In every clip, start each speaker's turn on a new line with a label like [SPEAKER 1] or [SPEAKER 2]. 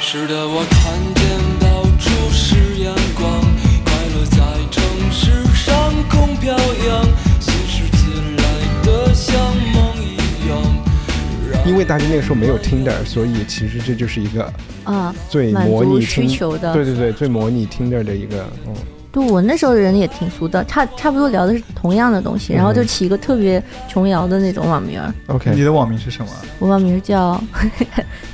[SPEAKER 1] 是的，我看见到处是阳光，快乐在城市上空飘扬，心事进来的像梦一样。让
[SPEAKER 2] 因为大家那个时候没有 Tinder，所以其实这就是一个
[SPEAKER 3] 啊，
[SPEAKER 2] 最
[SPEAKER 3] 满
[SPEAKER 2] 模
[SPEAKER 3] 足
[SPEAKER 2] 拟
[SPEAKER 3] 需
[SPEAKER 2] Tin-
[SPEAKER 3] 求的
[SPEAKER 2] 对对对，最模拟 Tinder 的一个，嗯，
[SPEAKER 3] 对我那时候人也挺俗的，差差不多聊的是同样的东西，然后就起一个特别琼瑶的那种网名儿，
[SPEAKER 4] 你
[SPEAKER 2] OK，
[SPEAKER 4] 的网名是什么？
[SPEAKER 3] 我网名儿叫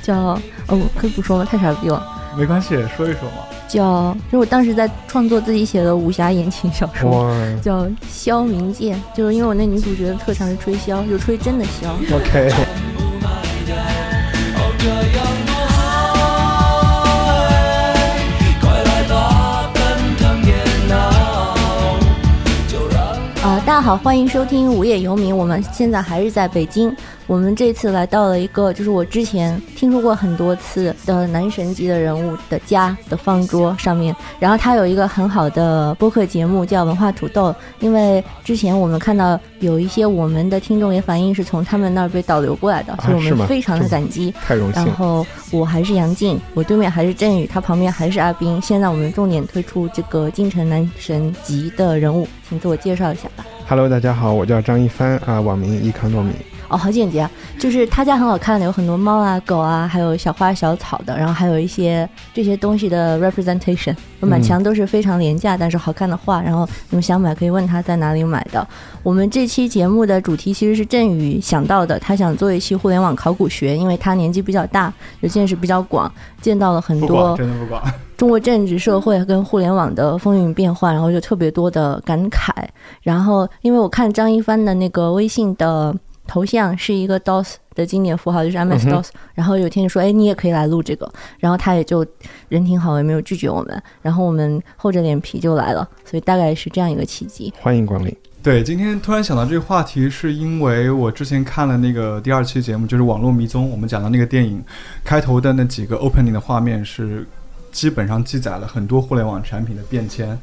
[SPEAKER 3] 叫哦，我可以不说吗？太傻逼了，
[SPEAKER 4] 没关系，说一说嘛。
[SPEAKER 3] 叫就是我当时在创作自己写的武侠言情小说，
[SPEAKER 2] 哇
[SPEAKER 3] 叫萧明剑，就是因为我那女主角的特长是吹箫，就吹真的箫。
[SPEAKER 2] ，OK，
[SPEAKER 1] 哦，这样多嗨！快来吧，奔腾电脑，就让。
[SPEAKER 3] 呃，大家好，欢迎收听《无业游民》，我们现在还是在北京。我们这次来到了一个，就是我之前听说过很多次的男神级的人物的家的方桌上面，然后他有一个很好的播客节目叫《文化土豆》，因为之前我们看到有一些我们的听众也反映是从他们那儿被导流过来的，所以我
[SPEAKER 2] 啊是吗
[SPEAKER 3] 们非常的感激。
[SPEAKER 2] 太荣幸
[SPEAKER 3] 然
[SPEAKER 2] 了，
[SPEAKER 3] 后我还是杨静，我对面还是振宇，他旁边还是阿斌。现在我们重点推出这个京城男神级的人物，请自我介绍一下吧。
[SPEAKER 2] Hello，大家好，我叫张一帆啊，网名一康糯米。
[SPEAKER 3] 哦，好简洁啊，就是他家很好看的，有很多猫啊、狗啊，还有小花小草的，然后还有一些这些东西的 representation，满墙都是非常廉价但是好看的画。然后你们想买可以问他在哪里买的。我们这期节目的主题其实是振宇想到的，他想做一期互联网考古学，因为他年纪比较大，就见识比较广，见到了很
[SPEAKER 4] 不
[SPEAKER 3] 多
[SPEAKER 4] 管，真的不管。
[SPEAKER 3] 中国政治社会跟互联网的风云变幻，然后就特别多的感慨。然后，因为我看张一帆的那个微信的头像是一个 DOS 的经典符号，就是 MS
[SPEAKER 2] 嗯哼
[SPEAKER 3] DOS、然后有一天就说：“哎，你也可以来录这个。”然后他也就人挺好，也没有拒绝我们。然后我们厚着脸皮就来了，所以大概是这样一个契机。
[SPEAKER 2] 欢迎光临。
[SPEAKER 4] 对，今天突然想到这个话题，是因为我之前看了那个第二期节目，就是《网络迷踪》，我们讲到那个电影开头的那几个 opening 的画面是。基本上记载了很多互联网产品的变迁。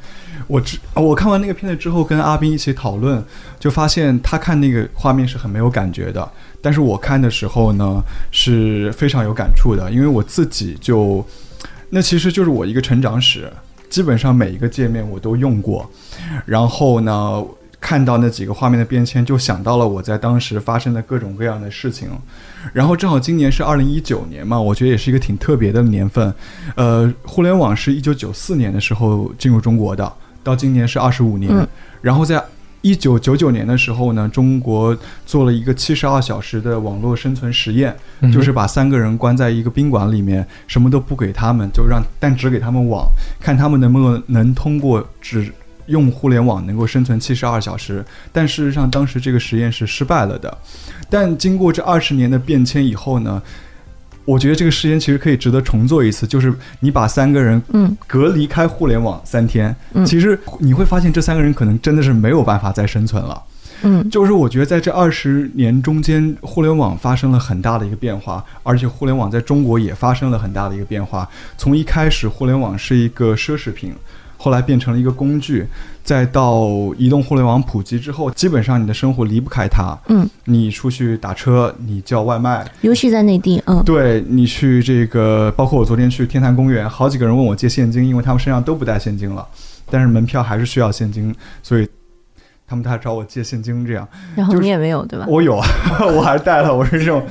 [SPEAKER 4] 我之我看完那个片子之后，跟阿斌一起讨论，就发现他看那个画面是很没有感觉的，但是我看的时候呢是非常有感触的，因为我自己就那其实就是我一个成长史，基本上每一个界面我都用过，然后呢，看到那几个画面的变迁，就想到了我在当时发生的各种各样的事情。然后正好今年是二零一九年嘛，我觉得也是一个挺特别的年份。呃，互联网是一九九四年的时候进入中国的，到今年是二十五年。
[SPEAKER 3] 嗯
[SPEAKER 4] 然后在一九九九年的时候呢，中国做了一个七十二小时的网络生存实验，
[SPEAKER 2] 嗯
[SPEAKER 4] 就是把三个人关在一个宾馆里面，什么都不给他们，就让但只给他们网，看他们能不能能通过只用互联网能够生存七十二小时。但事实上，当时这个实验是失败了的。但经过这二十年的变迁以后呢，我觉得这个实验其实可以值得重做一次，就是你把三个人
[SPEAKER 3] 嗯，
[SPEAKER 4] 隔离开互联网三天，
[SPEAKER 3] 嗯
[SPEAKER 4] 其实你会发现这三个人可能真的是没有办法再生存了。
[SPEAKER 3] 嗯，
[SPEAKER 4] 就是我觉得在这二十年中间，互联网发生了很大的一个变化，而且互联网在中国也发生了很大的一个变化。从一开始，互联网是一个奢侈品，后来变成了一个工具，再到移动互联网普及之后，基本上你的生活离不开它。
[SPEAKER 3] 嗯，
[SPEAKER 4] 你出去打车，你叫外卖，
[SPEAKER 3] 尤其在内地，嗯，
[SPEAKER 4] 对你去这个，包括我昨天去天坛公园，好几个人问我借现金，因为他们身上都不带现金了，但是门票还是需要现金，所以他们他找我借现金这样。
[SPEAKER 3] 然后
[SPEAKER 4] 就是
[SPEAKER 3] 你也没有对吧？
[SPEAKER 4] 我有，啊我还带了，我是这种，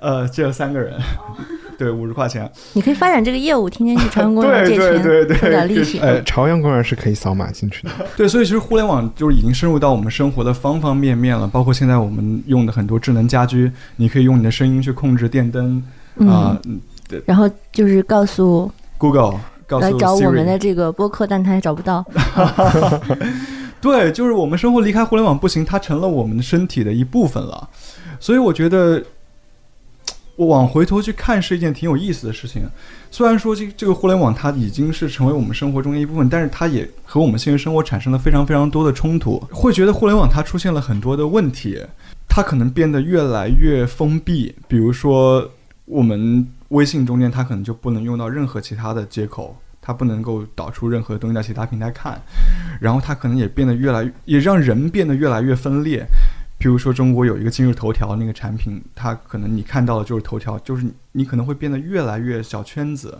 [SPEAKER 4] 呃，借了三个人，
[SPEAKER 3] 哦
[SPEAKER 4] 对，五十 块钱，
[SPEAKER 3] 你可以发展这个业务，天天去朝阳公园借
[SPEAKER 4] 对
[SPEAKER 3] 钱，
[SPEAKER 4] 对对
[SPEAKER 3] 收
[SPEAKER 4] 对哎
[SPEAKER 3] 点利息。
[SPEAKER 2] 呃，朝阳公园是可以扫码进去的。
[SPEAKER 4] 对，所以其实互联网就是已经深入到我们生活的方方面面了，包括现在我们用的很多智能家居，你可以用你的声音去控制电灯啊、
[SPEAKER 3] 嗯然后就是告诉
[SPEAKER 4] g o o g l e 告诉
[SPEAKER 3] 来
[SPEAKER 4] Siri,
[SPEAKER 3] 找我们的这个播客，但他也找不到。
[SPEAKER 4] 对，就是我们生活离开互联网不行，它成了我们的身体的一部分了。所以我觉得，我往回头去看是一件挺有意思的事情。虽然说这这个互联网它已经是成为我们生活中的一部分，但是它也和我们现实生活产生了非常非常多的冲突。会觉得互联网它出现了很多的问题，它可能变得越来越封闭，比如说我们微信中间它可能就不能用到任何其他的接口。它不能够导出任何东西在其他平台看，然后它可能也变得越来越，也让人变得越来越分裂。譬如说中国有一个今日头条那个产品，它可能你看到的就是头条，就是你你可能会变得越来越小圈子，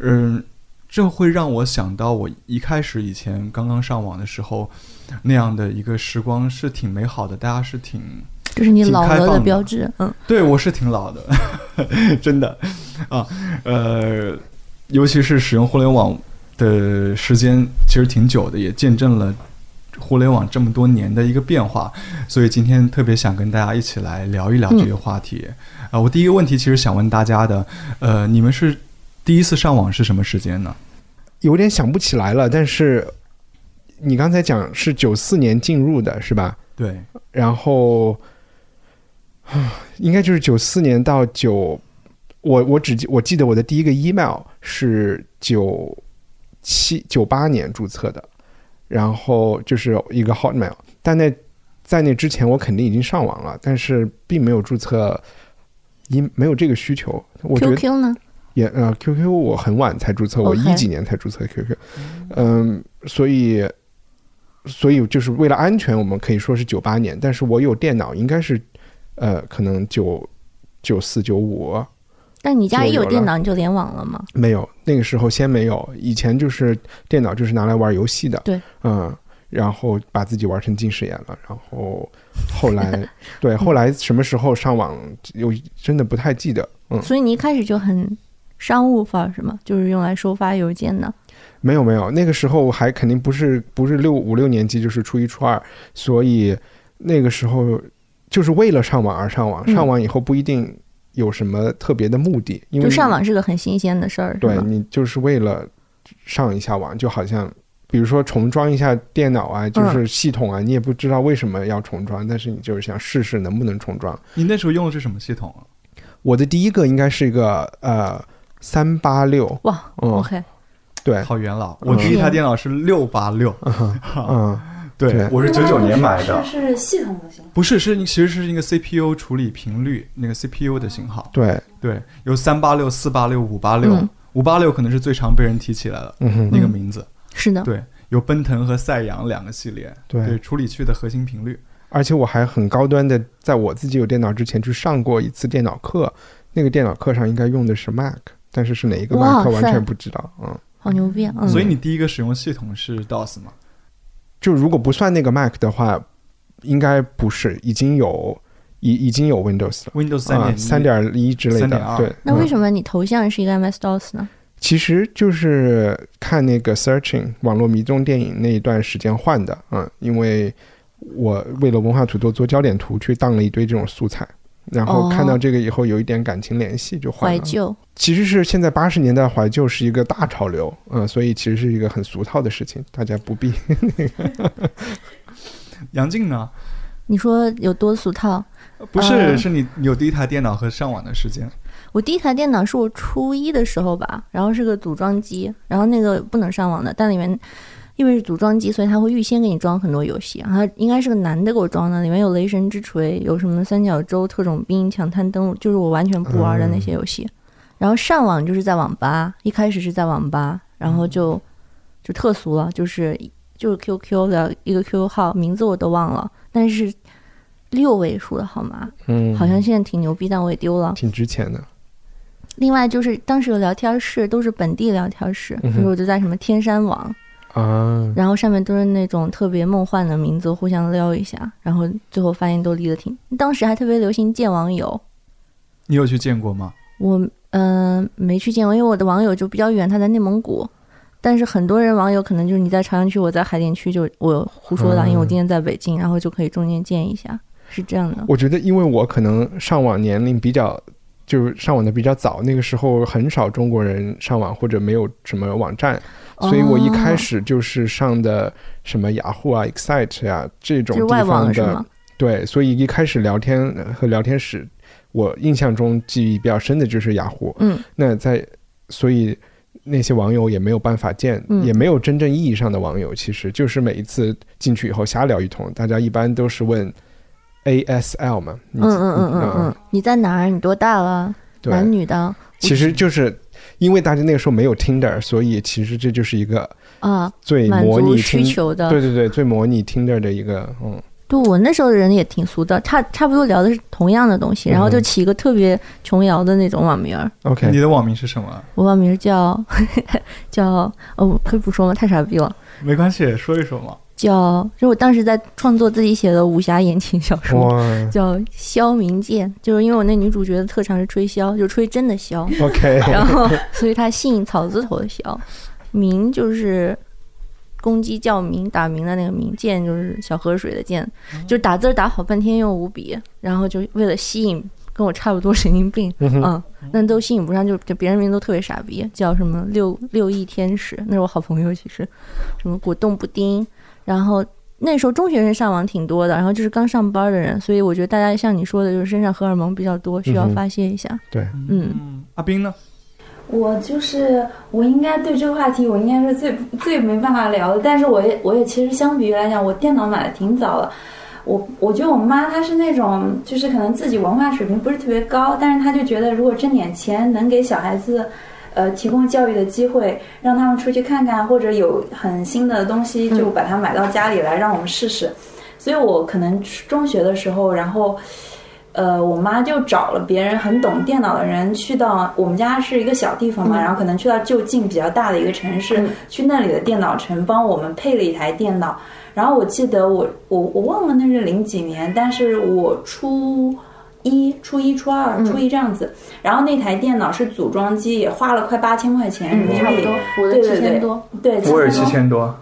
[SPEAKER 4] 嗯，这会让我想到我一开始以前刚刚上网的时候那样的一个时光是挺美好的，大家是挺
[SPEAKER 3] 就是你
[SPEAKER 4] 挺
[SPEAKER 3] 老
[SPEAKER 4] 开
[SPEAKER 3] 了
[SPEAKER 4] 放
[SPEAKER 3] 的
[SPEAKER 4] 的
[SPEAKER 3] 标志，嗯，
[SPEAKER 4] 对，我是挺老的，真的啊，呃，尤其是使用互联网的时间其实挺久的，也见证了互联网这么多年的一个变化，所以今天特别想跟大家一起来聊一聊这个话题。啊、我第一个问题其实想问大家的，呃，你们是第一次上网是什么时间呢？
[SPEAKER 2] 有点想不起来了。但是你刚才讲是九四年进入的是吧？
[SPEAKER 4] 对，
[SPEAKER 2] 然后啊应该就是九四年到九，我我只记我记得我的第一个 email 是九七九八年注册的，然后就是一个 Hotmail，但那在那之前我肯定已经上网了，但是并没有注册。因没有这个需求，我觉得
[SPEAKER 3] QQ 呢？
[SPEAKER 2] 也呃，QQ 我很晚才注册，我
[SPEAKER 3] OK
[SPEAKER 2] 一几年才注册 QQ，嗯，所以所以就是为了安全，我们可以说是九八年，但是我有电脑，应该是呃，可能九九四九五
[SPEAKER 3] 但你家
[SPEAKER 2] 就
[SPEAKER 3] 一有
[SPEAKER 2] 有
[SPEAKER 3] 电
[SPEAKER 2] 了
[SPEAKER 3] 脑你就联网了吗？
[SPEAKER 2] 没有，那个时候先没有，以前就是电脑就是拿来玩游戏的，
[SPEAKER 3] 对，
[SPEAKER 2] 嗯。然后把自己玩成近视眼了，然后后 来，对，后来什么时候上网，又真的不太记得，嗯，
[SPEAKER 3] 所以你一开始就很商务范儿是吗？就是用来收发邮件的。
[SPEAKER 2] 没有没有，那个时候还肯定不是不是六五六年级，就是初一初二，所以那个时候就是为了上网而上网，
[SPEAKER 3] 嗯
[SPEAKER 2] 上网以后不一定有什么特别的目的，因为
[SPEAKER 3] 就
[SPEAKER 2] 你
[SPEAKER 3] 上网是个很新鲜的事儿，是
[SPEAKER 2] 对
[SPEAKER 3] 吗？
[SPEAKER 2] 你就是为了上一下网，就好像比如说重装一下电脑啊，
[SPEAKER 3] 嗯
[SPEAKER 2] 就是系统啊，你也不知道为什么要重装，但是你就是想试试能不能重装。
[SPEAKER 4] 你那时候用的是什么系统啊？
[SPEAKER 2] 我的第一个应该是一个呃三八六，
[SPEAKER 3] 哇
[SPEAKER 2] 嗯
[SPEAKER 3] ，OK，
[SPEAKER 2] 对，
[SPEAKER 4] 好元老，我第一台电脑是六八六，
[SPEAKER 2] 嗯，
[SPEAKER 4] 对
[SPEAKER 2] 对
[SPEAKER 4] 我是九九年买的，
[SPEAKER 5] 是是系统的型
[SPEAKER 4] 不是，是其实是一个 CPU 处理频率那个 CPU 的型号。
[SPEAKER 2] 对，
[SPEAKER 4] 对，有三八六、四八六、五八六
[SPEAKER 3] 嗯，
[SPEAKER 4] 五八六可能是最常被人提起来的
[SPEAKER 2] 嗯哼，
[SPEAKER 4] 那个名字。
[SPEAKER 3] 是的，
[SPEAKER 4] 对，有奔腾和赛扬两个系列，
[SPEAKER 2] 对
[SPEAKER 4] 对，处理器的核心频率。
[SPEAKER 2] 而且我还很高端的，在我自己有电脑之前去上过一次电脑课，那个电脑课上应该用的是 Mac，但是是哪一个
[SPEAKER 3] 哇
[SPEAKER 2] Mac 完
[SPEAKER 3] 塞
[SPEAKER 2] 全不知道。嗯，
[SPEAKER 3] 好牛逼啊！嗯，
[SPEAKER 4] 所以你第一个使用系统是 DOS 嘛？
[SPEAKER 2] 就如果不算那个 Mac 的话，应该不是，已经有已已经有 Windows 了。
[SPEAKER 4] Windows 三
[SPEAKER 2] 啊，
[SPEAKER 4] 点
[SPEAKER 2] 三点一之类的
[SPEAKER 4] 3.2，
[SPEAKER 2] 对。嗯
[SPEAKER 3] 那为
[SPEAKER 2] 么？
[SPEAKER 3] 什么你头像是一个 MS DOS 呢？
[SPEAKER 2] 其实就是看那个 Searching 网络迷踪电影那一段时间换的，嗯，因为我为了文化土豆做焦点图去当了一堆这种素材，然后
[SPEAKER 3] 哦
[SPEAKER 2] 看到这个以后有一点感情联系就换
[SPEAKER 3] 怀
[SPEAKER 2] 了。
[SPEAKER 3] 旧，
[SPEAKER 2] 其实是现在八十年代怀旧是一个大潮流，嗯，所以其实是一个很俗套的事情，大家不必。
[SPEAKER 4] 杨静呢？
[SPEAKER 3] 你说有多俗套？
[SPEAKER 4] 不是，
[SPEAKER 3] 呃
[SPEAKER 4] 是你有第一台电脑和上网的时间。
[SPEAKER 3] 我第一台电脑是我初一的时候吧，然后是个组装机，然后那个不能上网的，但里面因为是组装机，所以它会预先给你装很多游戏。然后应该是个男的给我装的，里面有《雷神之锤》，有什么《三角洲》《特种兵》《抢滩登陆》，就是我完全不玩的那些游戏。然后上网就是在网吧，一开始是在网吧，然后就就特俗了，就是就是 QQ 的一个 QQ 号，名字我都忘了，但是六位数的号码，
[SPEAKER 2] 嗯
[SPEAKER 3] 好像现在挺牛逼，但我也丢了。
[SPEAKER 2] 挺值钱的。
[SPEAKER 3] 另外就是当时有聊天室，都是本地聊天室，比
[SPEAKER 2] 嗯哼
[SPEAKER 3] 如我就在什么天山网，
[SPEAKER 2] 啊，
[SPEAKER 3] 然后上面都是那种特别梦幻的名字，互相撩一下，然后最后发现都离得挺。当时还特别流行见网友，
[SPEAKER 4] 你有去见过吗？
[SPEAKER 3] 我嗯、呃没去见网友，因为我的网友就比较远，他在内蒙古。但是很多人网友可能就是你在朝阳区，我在海淀区，就我胡说
[SPEAKER 2] 嗯
[SPEAKER 3] 的，因为我今天在北京，然后就可以中间见一下，是这样的。
[SPEAKER 2] 我觉得因为我可能上网年龄比较，就是上网的比较早，那个时候很少中国人上网或者没有什么网站，所以我一
[SPEAKER 3] 哦
[SPEAKER 2] 开始就是上的什么雅虎啊、Excite 啊这
[SPEAKER 3] 哦
[SPEAKER 2] 种
[SPEAKER 3] 就是
[SPEAKER 2] 地
[SPEAKER 3] 外网
[SPEAKER 2] 方
[SPEAKER 3] 是
[SPEAKER 2] 的
[SPEAKER 3] 吗？
[SPEAKER 2] 对，所以一开始聊天呃和聊天室，我印象中记忆比较深的就是雅虎。
[SPEAKER 3] 嗯，
[SPEAKER 2] 那在所以那些网友也没有办法见，
[SPEAKER 3] 嗯
[SPEAKER 2] 也没有真正意义上的网友，其实就是每一次进去以后瞎聊一通，大家一般都是问 ASL 嘛，
[SPEAKER 3] 嗯
[SPEAKER 2] 你
[SPEAKER 3] 嗯嗯嗯嗯嗯，你在哪儿？你多大了？男
[SPEAKER 2] 对，
[SPEAKER 3] 女的
[SPEAKER 2] 其实就是因为大家那个时候没有 Tinder，所以其实这就是一个
[SPEAKER 3] 啊，
[SPEAKER 2] 最
[SPEAKER 3] 满
[SPEAKER 2] 模
[SPEAKER 3] 足
[SPEAKER 2] 拟
[SPEAKER 3] 需
[SPEAKER 2] Tin-
[SPEAKER 3] 求的
[SPEAKER 2] 对对对，最模拟 Tinder 的一个嗯。
[SPEAKER 3] 就我那时候的人也挺俗的，差差不多聊的是同样的东西，然后就
[SPEAKER 2] 嗯
[SPEAKER 3] 起一个特别琼瑶的那种网名儿，
[SPEAKER 4] 你
[SPEAKER 2] OK，
[SPEAKER 4] 的网名是什么？
[SPEAKER 3] 我网名儿叫 叫哦，可以不说吗？太傻逼了，
[SPEAKER 4] 没关系，说一说嘛。
[SPEAKER 3] 叫就我当时在创作自己写的武侠言情小说，
[SPEAKER 2] 哇
[SPEAKER 3] 叫萧明剑，就是因为我那女主角的特长是吹箫，就吹真的箫，
[SPEAKER 2] ，OK，
[SPEAKER 3] 然后所以她姓草字头的箫，鸣就是公鸡叫鸣打鸣的那个鸣，剑就是小河水的剑，就打字儿打好半天用五笔，然后就为了吸引跟我差不多神经病，
[SPEAKER 2] 嗯哼
[SPEAKER 3] 嗯，那都吸引不上，就就别人名都特别傻逼，叫什么六六翼天使，那是我好朋友，其实什么果冻布丁，然后。那时候中学生上网挺多的，然后就是刚上班的人，所以我觉得大家像你说的，就是身上荷尔蒙比较多，需要
[SPEAKER 2] 嗯哼
[SPEAKER 3] 发泄一下。
[SPEAKER 2] 对，
[SPEAKER 3] 嗯，
[SPEAKER 4] 嗯，阿斌呢？
[SPEAKER 5] 我就是我应该对这个话题，我应该是最最没办法聊的。但是我也我也其实相比于来讲，我电脑买的挺早了。我我觉得我妈她是那种，就是可能自己文化水平不是特别高，但是她就觉得如果这点钱能给小孩子，呃，提供教育的机会，让他们出去看看，或者有很新的东西
[SPEAKER 6] 嗯
[SPEAKER 5] 就把它买到家里来，让我们试试。所以我可能中学的时候，然后呃，我妈就找了别人很懂电脑的人，去到我们家是一个小地方嘛，
[SPEAKER 6] 嗯
[SPEAKER 5] 然后可能去到就近比较大的一个城市，去那里的电脑城帮我们配了一台电脑。然后我记得我我我忘了那是零几年，但是我初一、初一、初二、
[SPEAKER 6] 嗯
[SPEAKER 5] 初一这样子。然后那台电脑是组装机，也花了快八千块钱人民
[SPEAKER 6] 嗯差不
[SPEAKER 5] 币
[SPEAKER 6] 多，，我的
[SPEAKER 5] 对
[SPEAKER 6] 七
[SPEAKER 5] 对
[SPEAKER 6] 千
[SPEAKER 5] 对
[SPEAKER 6] 多。
[SPEAKER 5] 对，
[SPEAKER 4] 我也
[SPEAKER 5] 差
[SPEAKER 4] 七
[SPEAKER 5] 不多。
[SPEAKER 4] 千多，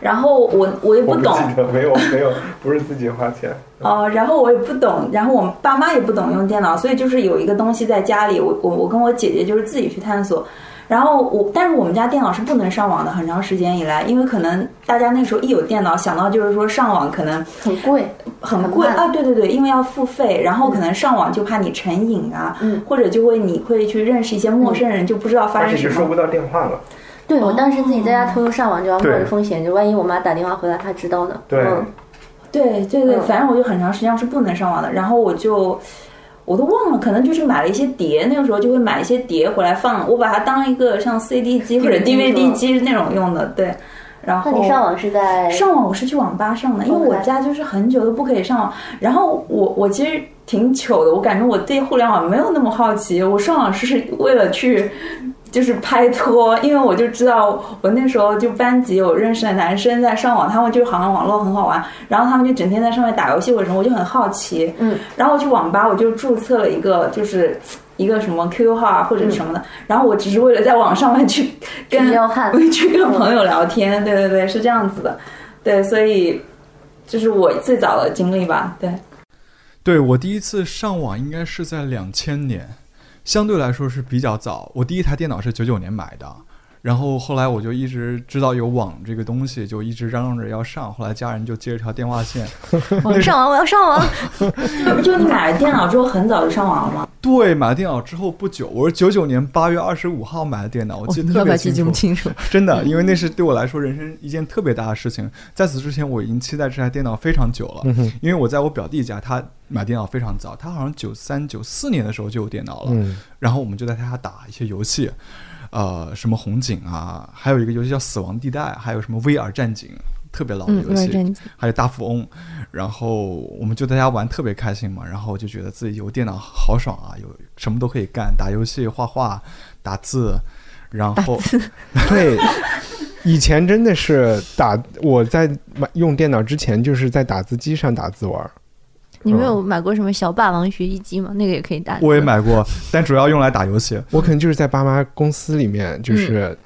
[SPEAKER 5] 然后我我也不懂，
[SPEAKER 2] 得没有没有，不是自己花 钱。
[SPEAKER 5] 哦，然后我也不懂，然后我们爸妈也不懂用电脑，所以就是有一个东西在家里，我我我跟我姐姐就是自己去探索。然后我，但是我们家电脑是不能上网的，很长时间以来，因为可能大家那时候一有电脑，想到就是说上网可能
[SPEAKER 6] 很贵，
[SPEAKER 5] 很贵
[SPEAKER 6] 很慢
[SPEAKER 5] 啊，对对对，因为要付费，然后可能上网就怕你成瘾啊，
[SPEAKER 6] 嗯
[SPEAKER 5] 或者就会你会去认识一些陌生人，就不知道发生什么。
[SPEAKER 2] 到电话了。
[SPEAKER 3] 对，我当时自己在家偷偷上网，就要
[SPEAKER 2] 哦
[SPEAKER 3] 冒
[SPEAKER 2] 对
[SPEAKER 3] 着风险，就万一我妈打电话回来，她知道呢。
[SPEAKER 2] 对
[SPEAKER 3] 嗯
[SPEAKER 5] 对对对，
[SPEAKER 3] 嗯
[SPEAKER 5] 反正我就很长时间是不能上网的，然后我就。我都忘了，可能就是买了一些碟，那个时候就会买一些碟回来放，我把它当一个像 CD 机或者
[SPEAKER 6] DVD
[SPEAKER 5] DVD 机那种用的，对。然后
[SPEAKER 3] 那你上网是在
[SPEAKER 5] 上网我是去网吧上的，因为我家就是很久都不可以上网。然后我我其实挺糗的，我感觉我对互联网没有那么好奇，我上网是为了去。就是拍拖，因为我就知道，我那时候就班级有认识的男生在上网，他们就好像网络很好玩，然后他们就整天在上面打游戏或者什么，我就很好奇，
[SPEAKER 6] 嗯，
[SPEAKER 5] 然后我去网吧，我就注册了一个就是一个什么 QQ 号啊或者什么的，然后我只是为了在网上面去跟
[SPEAKER 6] 嗯去
[SPEAKER 3] 啊
[SPEAKER 6] 撩 汉
[SPEAKER 5] 去跟朋友聊天，对对对，是这样子的，对，所以这是我最早的经历吧，对，
[SPEAKER 4] 对我第一次上网应该是在两千年，相对来说是比较早。我第一台电脑是九九年买的，然后后来我就一直知道有网这个东西，就一直嚷嚷着要上。后来家人就接了条电话线，
[SPEAKER 3] 网上 网，我要上网。
[SPEAKER 5] 就你买了电脑之后很早就上网了吗？
[SPEAKER 4] 对，买了电脑之后不久，我是九九年八月二十五号买的电脑，我
[SPEAKER 3] 哦
[SPEAKER 4] 记得特别清楚。哦
[SPEAKER 3] 清楚？
[SPEAKER 4] 真的，因为那是对我来说人生一件特别大的事情。在此之前，我已经期待这台电脑非常久了，因为我在我表弟家，他买电脑非常早，他好像九三九四年的时候就有电脑了，
[SPEAKER 2] 嗯
[SPEAKER 4] 然后我们就在他家打一些游戏。呃，什么红警啊，还有一个游戏叫《死亡地带》，还有什么《威尔战警》，特别老的
[SPEAKER 3] 嗯
[SPEAKER 4] 游戏，
[SPEAKER 3] 威尔战警
[SPEAKER 4] 还有大富翁，然后我们就在家玩特别开心嘛，然后就觉得自己有电脑好爽啊，有什么都可以干，打游戏、画画、打字，然后
[SPEAKER 2] 对，以前真的是打，我在买用电脑之前就是在打字机上打字玩儿。
[SPEAKER 3] 你没有买过什么小霸王学习机吗？那个也可以打。
[SPEAKER 4] 嗯我也买过，但主要用来打游戏。
[SPEAKER 2] 我可能就是在爸妈公司里面，就是、
[SPEAKER 3] 嗯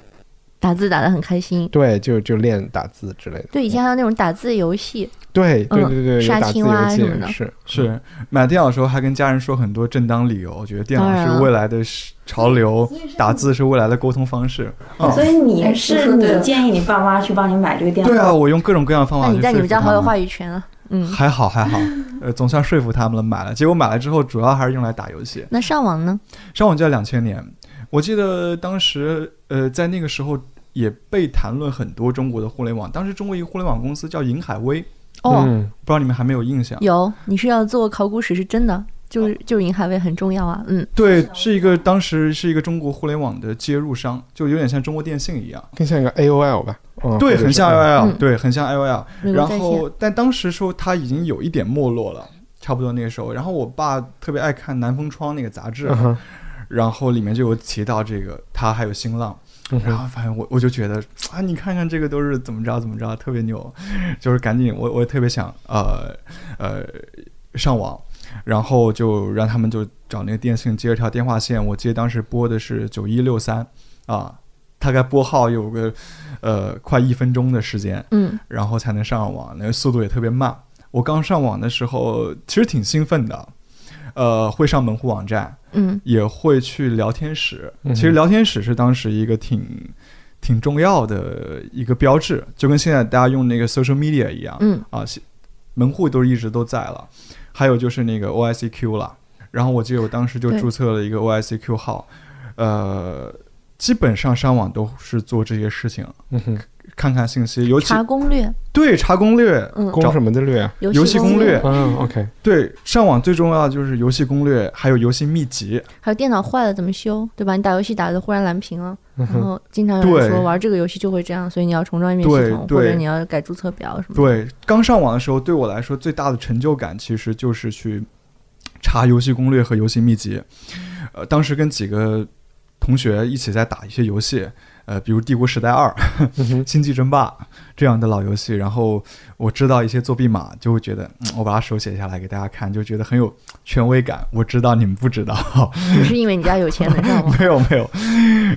[SPEAKER 3] 打字打得很开心。
[SPEAKER 2] 对，就就练打字之类的。
[SPEAKER 3] 对，以前还有那种打字游戏，
[SPEAKER 2] 对对
[SPEAKER 3] 嗯
[SPEAKER 2] 对对，有
[SPEAKER 3] 杀
[SPEAKER 2] 打字
[SPEAKER 3] 青蛙
[SPEAKER 2] 游戏
[SPEAKER 3] 什么的
[SPEAKER 2] 是
[SPEAKER 4] 是嗯买电脑的时候还跟家人说很多正当理由，觉得电
[SPEAKER 3] 当
[SPEAKER 4] 脑
[SPEAKER 3] 然
[SPEAKER 4] 是
[SPEAKER 3] 了
[SPEAKER 4] 未来的时潮流，打字是未来的沟通方式。
[SPEAKER 5] 所以你
[SPEAKER 6] 哎
[SPEAKER 5] 是
[SPEAKER 6] 是的
[SPEAKER 5] 你建议你爸妈去帮你买这个电脑？
[SPEAKER 4] 对啊，我用各种各样的方法
[SPEAKER 3] 那
[SPEAKER 4] 去
[SPEAKER 3] 你在你们家
[SPEAKER 4] 说服
[SPEAKER 3] 好
[SPEAKER 4] 他
[SPEAKER 3] 有
[SPEAKER 4] 们
[SPEAKER 3] 话语权啊。嗯，
[SPEAKER 4] 还好还好，呃，总算说服他们了，买了。结果买了之后，主要还是用来打游戏。
[SPEAKER 3] 那上网呢？
[SPEAKER 4] 上网就在两千年，我记得当时呃，在那个时候也被谈论很多中国的互联网。当时中国一个互联网公司叫银海威，
[SPEAKER 3] 哦，
[SPEAKER 2] 嗯
[SPEAKER 4] 不知道你们还没有印象？
[SPEAKER 3] 有，你是要做考古史是真的，
[SPEAKER 4] 哦
[SPEAKER 3] 就是就是银海味很重要啊，嗯，
[SPEAKER 4] 对，是一个当时是一个中国互联网的接入商，就有点像中国电信一样，
[SPEAKER 2] 更像一个 AOL 吧？嗯，
[SPEAKER 4] 对，
[SPEAKER 2] 或者
[SPEAKER 4] 很
[SPEAKER 2] 哦是
[SPEAKER 4] 像 IOL，、
[SPEAKER 3] 嗯
[SPEAKER 4] 对，很像 IOL。
[SPEAKER 3] 美国
[SPEAKER 4] 然
[SPEAKER 3] 在线
[SPEAKER 4] 后，但当时说它已经有一点没落了，差不多那个时候。然后我爸特别爱看《南风窗》那个杂志，
[SPEAKER 2] 嗯哼
[SPEAKER 4] 然后里面就有提到这个他还有新浪。
[SPEAKER 2] 嗯哼
[SPEAKER 4] 然后反正我我就觉得啊，你看看这个都是怎么着怎么着，特别牛，就是赶紧我我特别想呃呃上网，然后就让他们就找那个电信接了条电话线，我记得当时拨的是九一六三啊，大概拨号有个呃快一分钟的时间，
[SPEAKER 3] 嗯，
[SPEAKER 4] 然后才能上网，那个速度也特别慢。我刚上网的时候其实挺兴奋的，呃，会上门户网站，
[SPEAKER 3] 嗯，
[SPEAKER 4] 也会去聊天室。
[SPEAKER 2] 嗯
[SPEAKER 4] 其实聊天室是当时一个挺挺重要的一个标志，就跟现在大家用那个 social media 一样。
[SPEAKER 3] 嗯
[SPEAKER 4] 啊，西门户都一直都在了，还有就是那个 OICQ 了。然后我记得我当时就
[SPEAKER 3] 对
[SPEAKER 4] 注册了一个 OICQ 号，呃，基本上上网都是做这些事情，
[SPEAKER 2] 嗯哼，
[SPEAKER 4] 看看信息，尤其
[SPEAKER 3] 查攻略，
[SPEAKER 4] 对查攻略，
[SPEAKER 3] 嗯，
[SPEAKER 2] 攻什么的略啊？
[SPEAKER 3] 游
[SPEAKER 4] 游戏攻
[SPEAKER 3] 攻
[SPEAKER 4] 略
[SPEAKER 2] 嗯，OK，
[SPEAKER 4] 对上网最重要的就是游戏攻略，还有游戏秘籍。
[SPEAKER 3] 还有电脑坏了怎么修，对吧？你打游戏打的忽然蓝屏了，
[SPEAKER 2] 嗯
[SPEAKER 3] 然
[SPEAKER 2] 哼，
[SPEAKER 3] 后经常有人说
[SPEAKER 4] 对
[SPEAKER 3] 玩这个游戏就会这样，所以你要重装一遍系统，
[SPEAKER 4] 对
[SPEAKER 3] 或
[SPEAKER 4] 对
[SPEAKER 3] 者你要改注册表什么的。
[SPEAKER 4] 对，刚上网的时候，对我来说最大的成就感其实就是去查游戏攻略和游戏秘籍。呃，当时跟几个同学一起在打一些游戏，呃，比如《帝国时代二》
[SPEAKER 2] 嗯
[SPEAKER 4] 《
[SPEAKER 2] 哼，
[SPEAKER 4] 星际争霸》这样的老游戏，然后我知道一些作弊码，就会觉得、嗯、我把它手写下来给大家看，就觉得很有权威感。我知道你们不知道， 。
[SPEAKER 3] 只是因为你家有钱能上 网
[SPEAKER 4] 没有没有。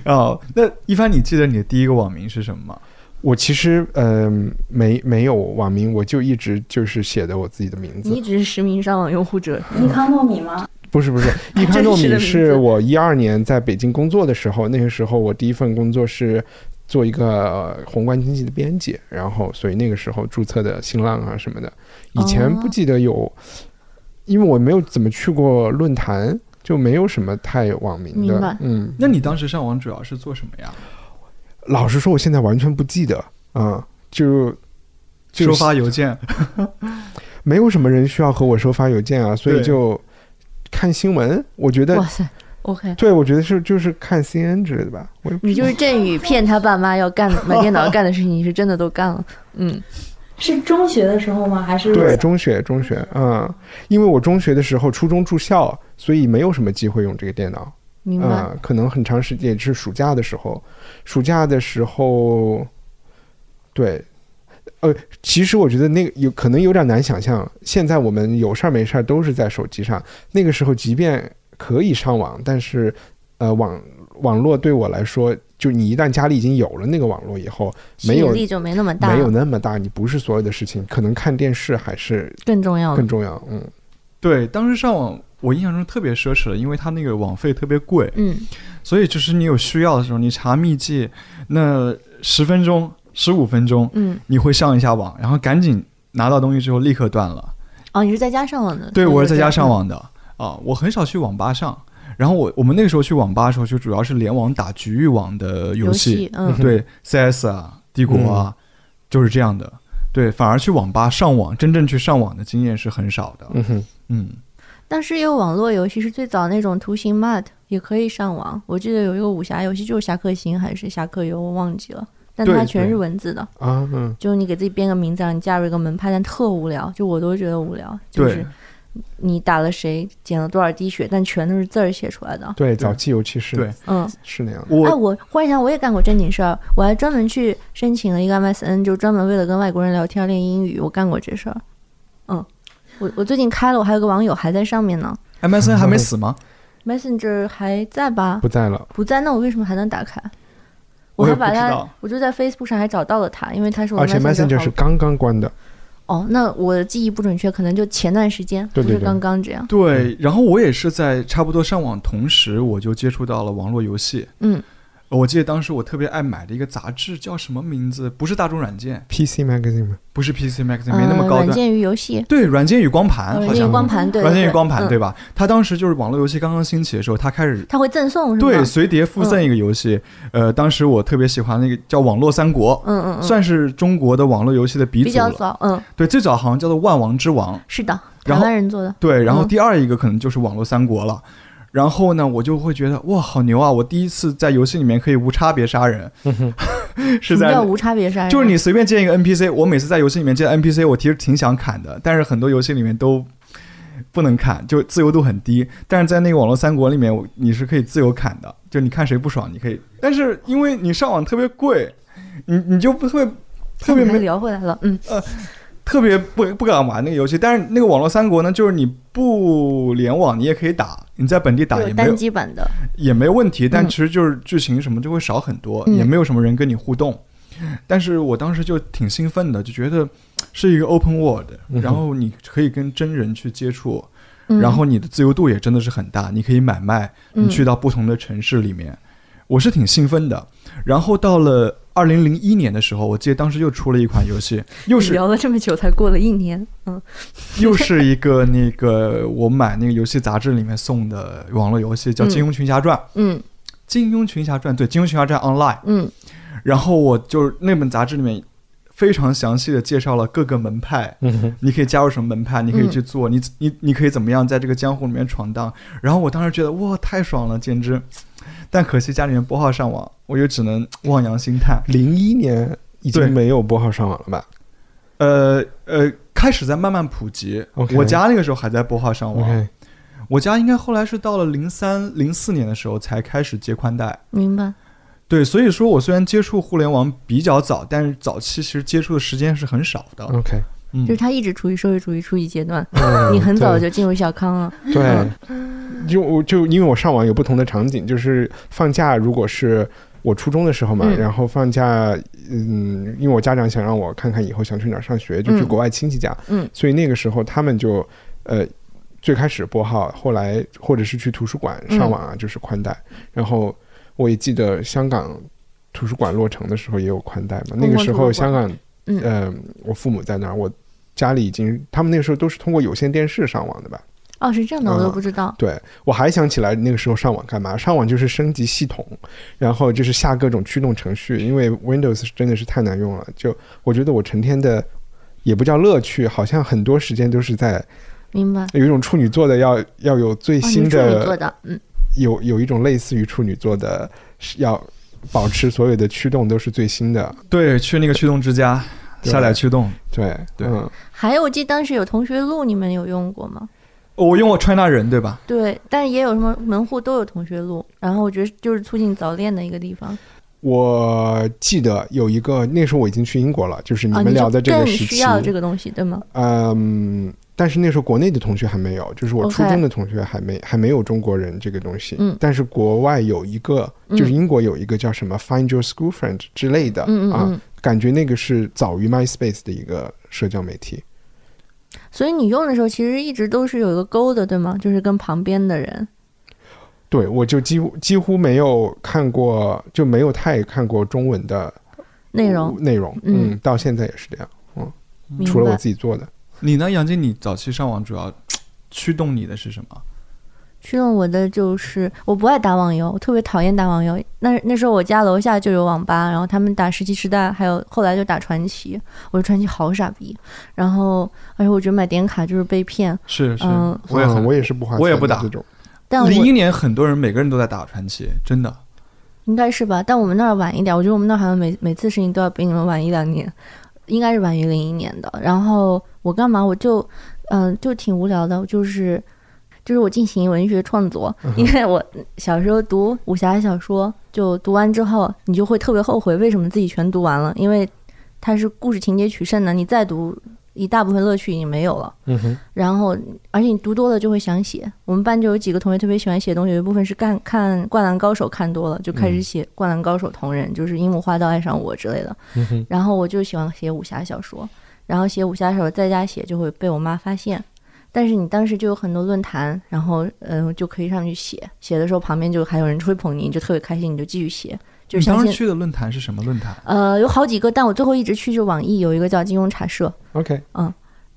[SPEAKER 4] 哦，那一帆，你记得你的第一个网名是什么吗？
[SPEAKER 2] 我其实嗯、没没有网名，我就一直就是写的我自己的名字
[SPEAKER 3] 你。只是实名上网用户者，
[SPEAKER 5] 尼康糯米吗？
[SPEAKER 2] 不是不 是，一潘糯米
[SPEAKER 3] 啊真实的名
[SPEAKER 2] 是
[SPEAKER 3] 字
[SPEAKER 2] 我一二年在北京工作的时候，那个时候我第一份工作是做一个呃宏观经济的编辑，然后所以那个时候注册的新浪啊什么的，以前
[SPEAKER 3] 哦
[SPEAKER 2] 不记得有，因为我没有怎么去过论坛，就没有什么太网名
[SPEAKER 3] 明白
[SPEAKER 2] 的。嗯，
[SPEAKER 4] 那你当时上网主要是做什么呀？
[SPEAKER 2] 老实说，我现在完全不记得啊、就就
[SPEAKER 4] 收发邮件。
[SPEAKER 2] 没有什么人需要和我收发邮件啊，所以
[SPEAKER 4] 对
[SPEAKER 2] 就看新闻，我觉得
[SPEAKER 3] 哇。塞，OK。
[SPEAKER 2] 对，我觉得是就是看 CNN 之类的吧，我也不
[SPEAKER 3] 你就是振宇骗他爸妈要干买电脑干的事情，你是真的都干了，嗯，
[SPEAKER 5] 是中学的时候吗？还是
[SPEAKER 2] 对，中学中学，嗯，因为我中学的时候初中住校，所以没有什么机会用这个电脑，
[SPEAKER 3] 明白。
[SPEAKER 2] 嗯，可能很长时间也是暑假的时候，暑假的时候，对。呃，其实我觉得那个有可能有点难想象，现在我们有事儿没事儿都是在手机上。那个时候，即便可以上网，但是，呃，网网络对我来说，就你一旦家里已经有了那个网络以后，
[SPEAKER 3] 吸
[SPEAKER 2] 没有
[SPEAKER 3] 引力就没那么大，
[SPEAKER 2] 没有那么大，你不是所有的事情，可能看电视还是
[SPEAKER 3] 更重要的
[SPEAKER 2] 更。重要。嗯，
[SPEAKER 3] 哦
[SPEAKER 4] 对，当时上网我印象中特别奢侈了，因为它那个网费特别贵，
[SPEAKER 3] 嗯，
[SPEAKER 4] 所以就是你有需要的时候，你查秘籍，那十分钟、十五分钟，
[SPEAKER 3] 嗯，
[SPEAKER 4] 你会上一下网，然后赶紧拿到东西之后立刻断了。
[SPEAKER 3] 哦，你是在家上网的？所
[SPEAKER 4] 对，
[SPEAKER 3] 以
[SPEAKER 4] 我是
[SPEAKER 3] 就
[SPEAKER 4] 在
[SPEAKER 3] 这
[SPEAKER 4] 家
[SPEAKER 3] 样
[SPEAKER 4] 上。网的啊，我很少去网吧上。然后我我们那个时候去网吧的时候，就主要是联网打局域网的
[SPEAKER 3] 游
[SPEAKER 4] 游戏，，
[SPEAKER 3] 嗯，
[SPEAKER 4] 对 CS 啊、帝国啊，就是这样的。对，反而去网吧上网，真正去上网的经验是很少的。
[SPEAKER 2] 嗯
[SPEAKER 3] 哦
[SPEAKER 2] 哼，
[SPEAKER 4] 嗯，
[SPEAKER 3] 但是也有网络游戏是最早那种图形 mat 也可以上网，我记得有一个武侠游戏就是《侠客行》还是《侠客游》，我忘记了，但
[SPEAKER 4] 对
[SPEAKER 3] 它全
[SPEAKER 4] 对
[SPEAKER 3] 是文字的，
[SPEAKER 2] 啊，嗯，
[SPEAKER 3] 就是你给自己编个名字，然后你加入一个门派，但特无聊，就我都觉得无聊，就是
[SPEAKER 4] 对。
[SPEAKER 3] 你打了谁，减了多少滴血，但全都是字儿写出来的。
[SPEAKER 2] 对，早期尤其是
[SPEAKER 4] 对
[SPEAKER 3] 嗯，
[SPEAKER 2] 是那样的。
[SPEAKER 4] 我
[SPEAKER 3] 哎，我忽然想，我也干过正经事儿，我还专门去申请了一个 MSN，就专门为了跟外国人聊天练英语，我干过这事儿。嗯，我我最近开了，我还有个网友还在上面呢。
[SPEAKER 4] MSN 还没死吗？
[SPEAKER 3] Messenger 还在吧？
[SPEAKER 2] 不在了，
[SPEAKER 3] 不在，那我为什么还能打开？
[SPEAKER 4] 我也
[SPEAKER 3] 还
[SPEAKER 4] 不
[SPEAKER 3] 把
[SPEAKER 4] 知
[SPEAKER 3] 它，
[SPEAKER 4] 道
[SPEAKER 3] 我就在 Facebook 上还找到了他，因为他是我
[SPEAKER 2] 而且
[SPEAKER 3] Messenger
[SPEAKER 2] Messenger
[SPEAKER 3] 好
[SPEAKER 2] 是刚刚关的。
[SPEAKER 3] 哦，那我的记忆不准确，可能就前段时间，
[SPEAKER 2] 对对
[SPEAKER 3] 不是
[SPEAKER 2] 对
[SPEAKER 3] 刚刚这样。
[SPEAKER 4] 对，然后我也是在差不多上网同时，我就接触到了网络游戏。
[SPEAKER 3] 嗯，
[SPEAKER 4] 我记得当时我特别爱买的一个杂志叫什么名字？不是大众软件，
[SPEAKER 2] PC Magazine 嘛，
[SPEAKER 4] 不是 PC Magazine，
[SPEAKER 3] 嗯，
[SPEAKER 4] 没那么高
[SPEAKER 3] 软
[SPEAKER 4] 端。
[SPEAKER 3] 件与游戏，
[SPEAKER 4] 对，软件与光盘
[SPEAKER 3] 软
[SPEAKER 4] 好
[SPEAKER 3] 件与
[SPEAKER 4] 像，
[SPEAKER 3] 光盘，对，
[SPEAKER 4] 软件与
[SPEAKER 3] 对
[SPEAKER 4] 光盘，，对
[SPEAKER 3] 嗯
[SPEAKER 4] 吧？它当时就是网络游戏刚刚兴起的时候，它开始
[SPEAKER 3] 它会赠送是嗯吗？
[SPEAKER 4] 对随碟附赠一个游戏。呃，当时我特别喜欢那个叫《网络三国
[SPEAKER 3] 嗯嗯》，嗯，
[SPEAKER 4] 算是中国的网络游戏的鼻
[SPEAKER 3] 比
[SPEAKER 4] 祖
[SPEAKER 3] 较
[SPEAKER 4] 了。
[SPEAKER 3] 早，嗯，
[SPEAKER 4] 对，最早好像叫做《万王之王》。
[SPEAKER 3] 是的，
[SPEAKER 4] 然
[SPEAKER 3] 台
[SPEAKER 4] 后
[SPEAKER 3] 湾人做的，
[SPEAKER 4] 对，然后
[SPEAKER 3] 嗯
[SPEAKER 4] 第二一个可能就是网络三国了。然后呢，我就会觉得哇，好牛啊！我第一次在游戏里面可以无差别杀人，
[SPEAKER 3] 什
[SPEAKER 4] 是
[SPEAKER 3] 么
[SPEAKER 4] 在
[SPEAKER 3] 叫无差别杀人？
[SPEAKER 4] 就是你随便见一个 NPC，我每次在游戏里面见 NPC，我其实挺想砍的，但是很多游戏里面都不能砍，就自由度很低。但是在那个网络三国里面，我你是可以自由砍的，就你看谁不爽，你可以。但是因为你上网特别贵，你你就不特别特别
[SPEAKER 3] 我们
[SPEAKER 4] 没
[SPEAKER 3] 聊回来了，嗯，
[SPEAKER 4] 特别不不敢玩那个游戏。但是那个网络三国呢，就是你不联网你也可以打，你在本地打
[SPEAKER 3] 有
[SPEAKER 4] 也没有
[SPEAKER 3] 单机版的，
[SPEAKER 4] 也没问题，但
[SPEAKER 3] 嗯
[SPEAKER 4] 其实就是剧情什么就会少很多，
[SPEAKER 3] 嗯
[SPEAKER 4] 也没有什么人跟你互动。但是我当时就挺兴奋的，就觉得是一个 open world，、
[SPEAKER 2] 嗯哼
[SPEAKER 4] 然后你可以跟真人去接触，
[SPEAKER 3] 嗯
[SPEAKER 4] 然后你的自由度也真的是很大，你可以买卖，你去到不同的城市里面，我是挺兴奋的。然后到了二零零一年的时候，我记得当时又出了一款 游戏，又是
[SPEAKER 3] 聊了这么久才过了一年，嗯，
[SPEAKER 4] 又是一个那个我买那个游戏杂志里面送的网络游戏，叫《
[SPEAKER 3] 嗯
[SPEAKER 4] 金庸群侠传》。
[SPEAKER 3] 嗯
[SPEAKER 4] 金庸群侠传》对，《金庸群侠传 Online》。
[SPEAKER 3] 嗯
[SPEAKER 4] 然后我就是那本杂志里面非常详细的介绍了各个门派，
[SPEAKER 2] 嗯哼，
[SPEAKER 4] 你可以加入什么门派，你可
[SPEAKER 2] 嗯
[SPEAKER 4] 以去做，你你你可以怎么样在这个江湖里面闯荡。然后我当时觉得哇，太爽了，简直！但可惜家里面拨号上网，我就只能望洋兴叹。
[SPEAKER 2] 零一年已
[SPEAKER 4] 对
[SPEAKER 2] 经没有拨号上网了吧？
[SPEAKER 4] 呃呃，开始在慢慢普及。
[SPEAKER 2] OK
[SPEAKER 4] 我家那个时候还在拨号上网
[SPEAKER 2] OK，
[SPEAKER 4] 我家应该后来是到了零三零四年的时候才开始接宽带。
[SPEAKER 3] 明白，
[SPEAKER 4] 对，所以说我虽然接触互联网比较早，但是早期其实接触的时间是很少的。
[SPEAKER 2] OK，
[SPEAKER 4] 嗯
[SPEAKER 3] 就是他一直处于社会主义初级阶段，
[SPEAKER 2] 嗯
[SPEAKER 3] 哦 你很早就进入小康了，
[SPEAKER 2] 对对，就我就因为我上网有不同的场景，就是放假如果是。我初中的时候嘛，
[SPEAKER 3] 嗯
[SPEAKER 2] 然后放假，嗯，因为我家长想让我看看以后想去哪儿上学，就去
[SPEAKER 3] 嗯
[SPEAKER 2] 国外亲戚家，
[SPEAKER 3] 嗯
[SPEAKER 2] 所以那个时候他们就，呃，最开始拨号，后来或者是去图书馆
[SPEAKER 3] 嗯
[SPEAKER 2] 上网啊，就是宽带。然后我也记得香港图书馆落成的时候也有宽带嘛，那个时候香港，
[SPEAKER 3] 嗯
[SPEAKER 2] 呃，我父母在那儿，我家里已经，他们那个时候都是通过有线电视上网的吧？
[SPEAKER 3] 哦，是这样的，
[SPEAKER 2] 嗯
[SPEAKER 3] 我都不知道，
[SPEAKER 2] 对，我还想起来那个时候上网干嘛？上网就是升级系统，然后就是下各种驱动程序，因为 Windows 真的是太难用了。就我觉得我成天的也不叫乐趣，好像很多时间都是在
[SPEAKER 3] 明白。
[SPEAKER 2] 有一种处女座的要要有最
[SPEAKER 3] 哦，你
[SPEAKER 2] 新
[SPEAKER 3] 处女座
[SPEAKER 2] 的，
[SPEAKER 3] 的，嗯，
[SPEAKER 2] 有有一种类似于处女座的，是要保持所有的驱动都是最新的。
[SPEAKER 4] 对，去那个驱动之家
[SPEAKER 2] 对
[SPEAKER 4] 下载驱动。
[SPEAKER 2] 对
[SPEAKER 4] 对
[SPEAKER 2] 嗯
[SPEAKER 3] 还有，我记得当时有同学录，你们有用过吗？
[SPEAKER 4] 我用过 China 人，对吧？
[SPEAKER 3] 对，但也有什么门户都有同学录，然后我觉得就是促进早恋的一个地方。
[SPEAKER 2] 我记得有一个，那时候我已经去英国了，就是你
[SPEAKER 3] 啊，
[SPEAKER 2] 们聊的
[SPEAKER 3] 就
[SPEAKER 2] 这个
[SPEAKER 3] 更
[SPEAKER 2] 时
[SPEAKER 3] 需
[SPEAKER 2] 期，
[SPEAKER 3] 要这个东西，对吗？
[SPEAKER 2] 嗯，但是那时候国内的同学还没有，就是我
[SPEAKER 3] OK
[SPEAKER 2] 初中的同学还没还没有中国人这个东西。
[SPEAKER 3] 嗯
[SPEAKER 2] 但是国外有一个，
[SPEAKER 3] 嗯
[SPEAKER 2] 就是英国有一个叫什么 Find Your School Friend 之类的、
[SPEAKER 3] 嗯嗯
[SPEAKER 2] 啊，
[SPEAKER 3] 嗯。
[SPEAKER 2] 感觉那个是早于 MySpace 的一个社交媒体。
[SPEAKER 3] 所以你用的时候，其实一直都是有一个勾的，对吗？就是跟旁边的人。
[SPEAKER 2] 对，我就几乎几乎没有看过，就没有太看过中文的
[SPEAKER 3] 内容
[SPEAKER 2] 内容，
[SPEAKER 3] 嗯
[SPEAKER 2] 嗯，到现在也是这样，
[SPEAKER 3] 明
[SPEAKER 2] 除了我
[SPEAKER 3] 白。
[SPEAKER 2] 自己做的，
[SPEAKER 4] 你呢，杨静？你早期上网主要驱动你的是什么？
[SPEAKER 3] 驱动我的就是我不爱打网游，我特别讨厌打网游。那那时候我家楼下就有网吧，然后他们打《石器时代》，还有后来就打传奇。我说传奇好傻逼，然后而且我觉得买点卡就是被骗。
[SPEAKER 4] 是是，
[SPEAKER 3] 嗯
[SPEAKER 4] 我也
[SPEAKER 2] 嗯
[SPEAKER 4] 很。
[SPEAKER 2] 我也是不花钱的
[SPEAKER 4] 我也不打
[SPEAKER 2] 这种，
[SPEAKER 3] 但我
[SPEAKER 4] 零一年很多人每个人都在打传奇，真的。
[SPEAKER 3] 应该是吧，但我们那儿晚一点，我觉得我们那儿好像每每次事情都要比你们晚一两年，应该是晚于零一年的。然后我干嘛？我就嗯、就挺无聊的，就是就是我进行文学创作，因为我小时候读武侠小说，就读完之后，你就会特别后悔为什么自己全读完了，因为它是故事情节取胜的，你再读一大部分乐趣已经没有了。
[SPEAKER 2] 嗯哼，
[SPEAKER 3] 然后，而且你读多了就会想写。我们班就有几个同学特别喜欢写东西，有一部分是看看《灌篮高手》看多了，就开始写《灌篮高手》同人，就是樱木花道爱上我之类的。
[SPEAKER 4] 嗯
[SPEAKER 3] 然后我就喜欢写武侠小说，然后写武侠小说在家写就会被我妈发现。但是你当时就有很多论坛，然后嗯、呃就可以上去写，写的时候旁边就还有人吹捧你，你就特别开心，你就继续写。就
[SPEAKER 4] 你
[SPEAKER 3] 相
[SPEAKER 4] 当时
[SPEAKER 3] 信
[SPEAKER 4] 去的论坛是什么论坛？
[SPEAKER 3] 呃有好几个，但我最后一直去就网易有一个叫金庸茶社，
[SPEAKER 2] ，OK，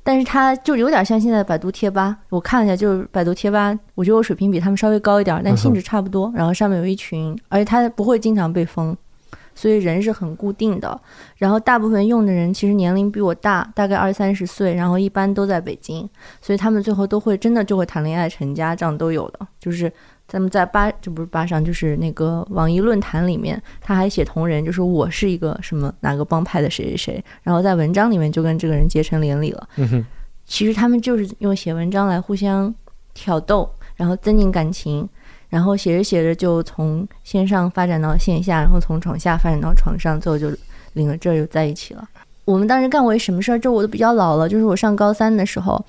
[SPEAKER 3] 但是它就有点像现在的百度贴吧，我看了一下，就是百度贴吧，我觉得我水平比他们稍微高一点，但性质差不多。然后上面有一群，而且它不会经常被封，所以人是很固定的。然后大部分用的人其实年龄比我大，大概二三十岁，然后一般都在北京，所以他们最后都会真的就会谈恋爱、成家，这样都有的。就是他们在吧，这不是吧上，就是那个网易论坛里面，他还写同人，就是我是一个什么哪个帮派的谁谁谁，然后在文章里面就跟这个人结成连理了。
[SPEAKER 2] 嗯哼，
[SPEAKER 3] 其实他们就是用写文章来互相挑逗，然后增进感情，然后写着写着就从线上发展到线下，然后从床下发展到床上，最后就领了证儿就在一起了。我们当时干过一什么事儿？这我都比较老了，就是我上高三的时候，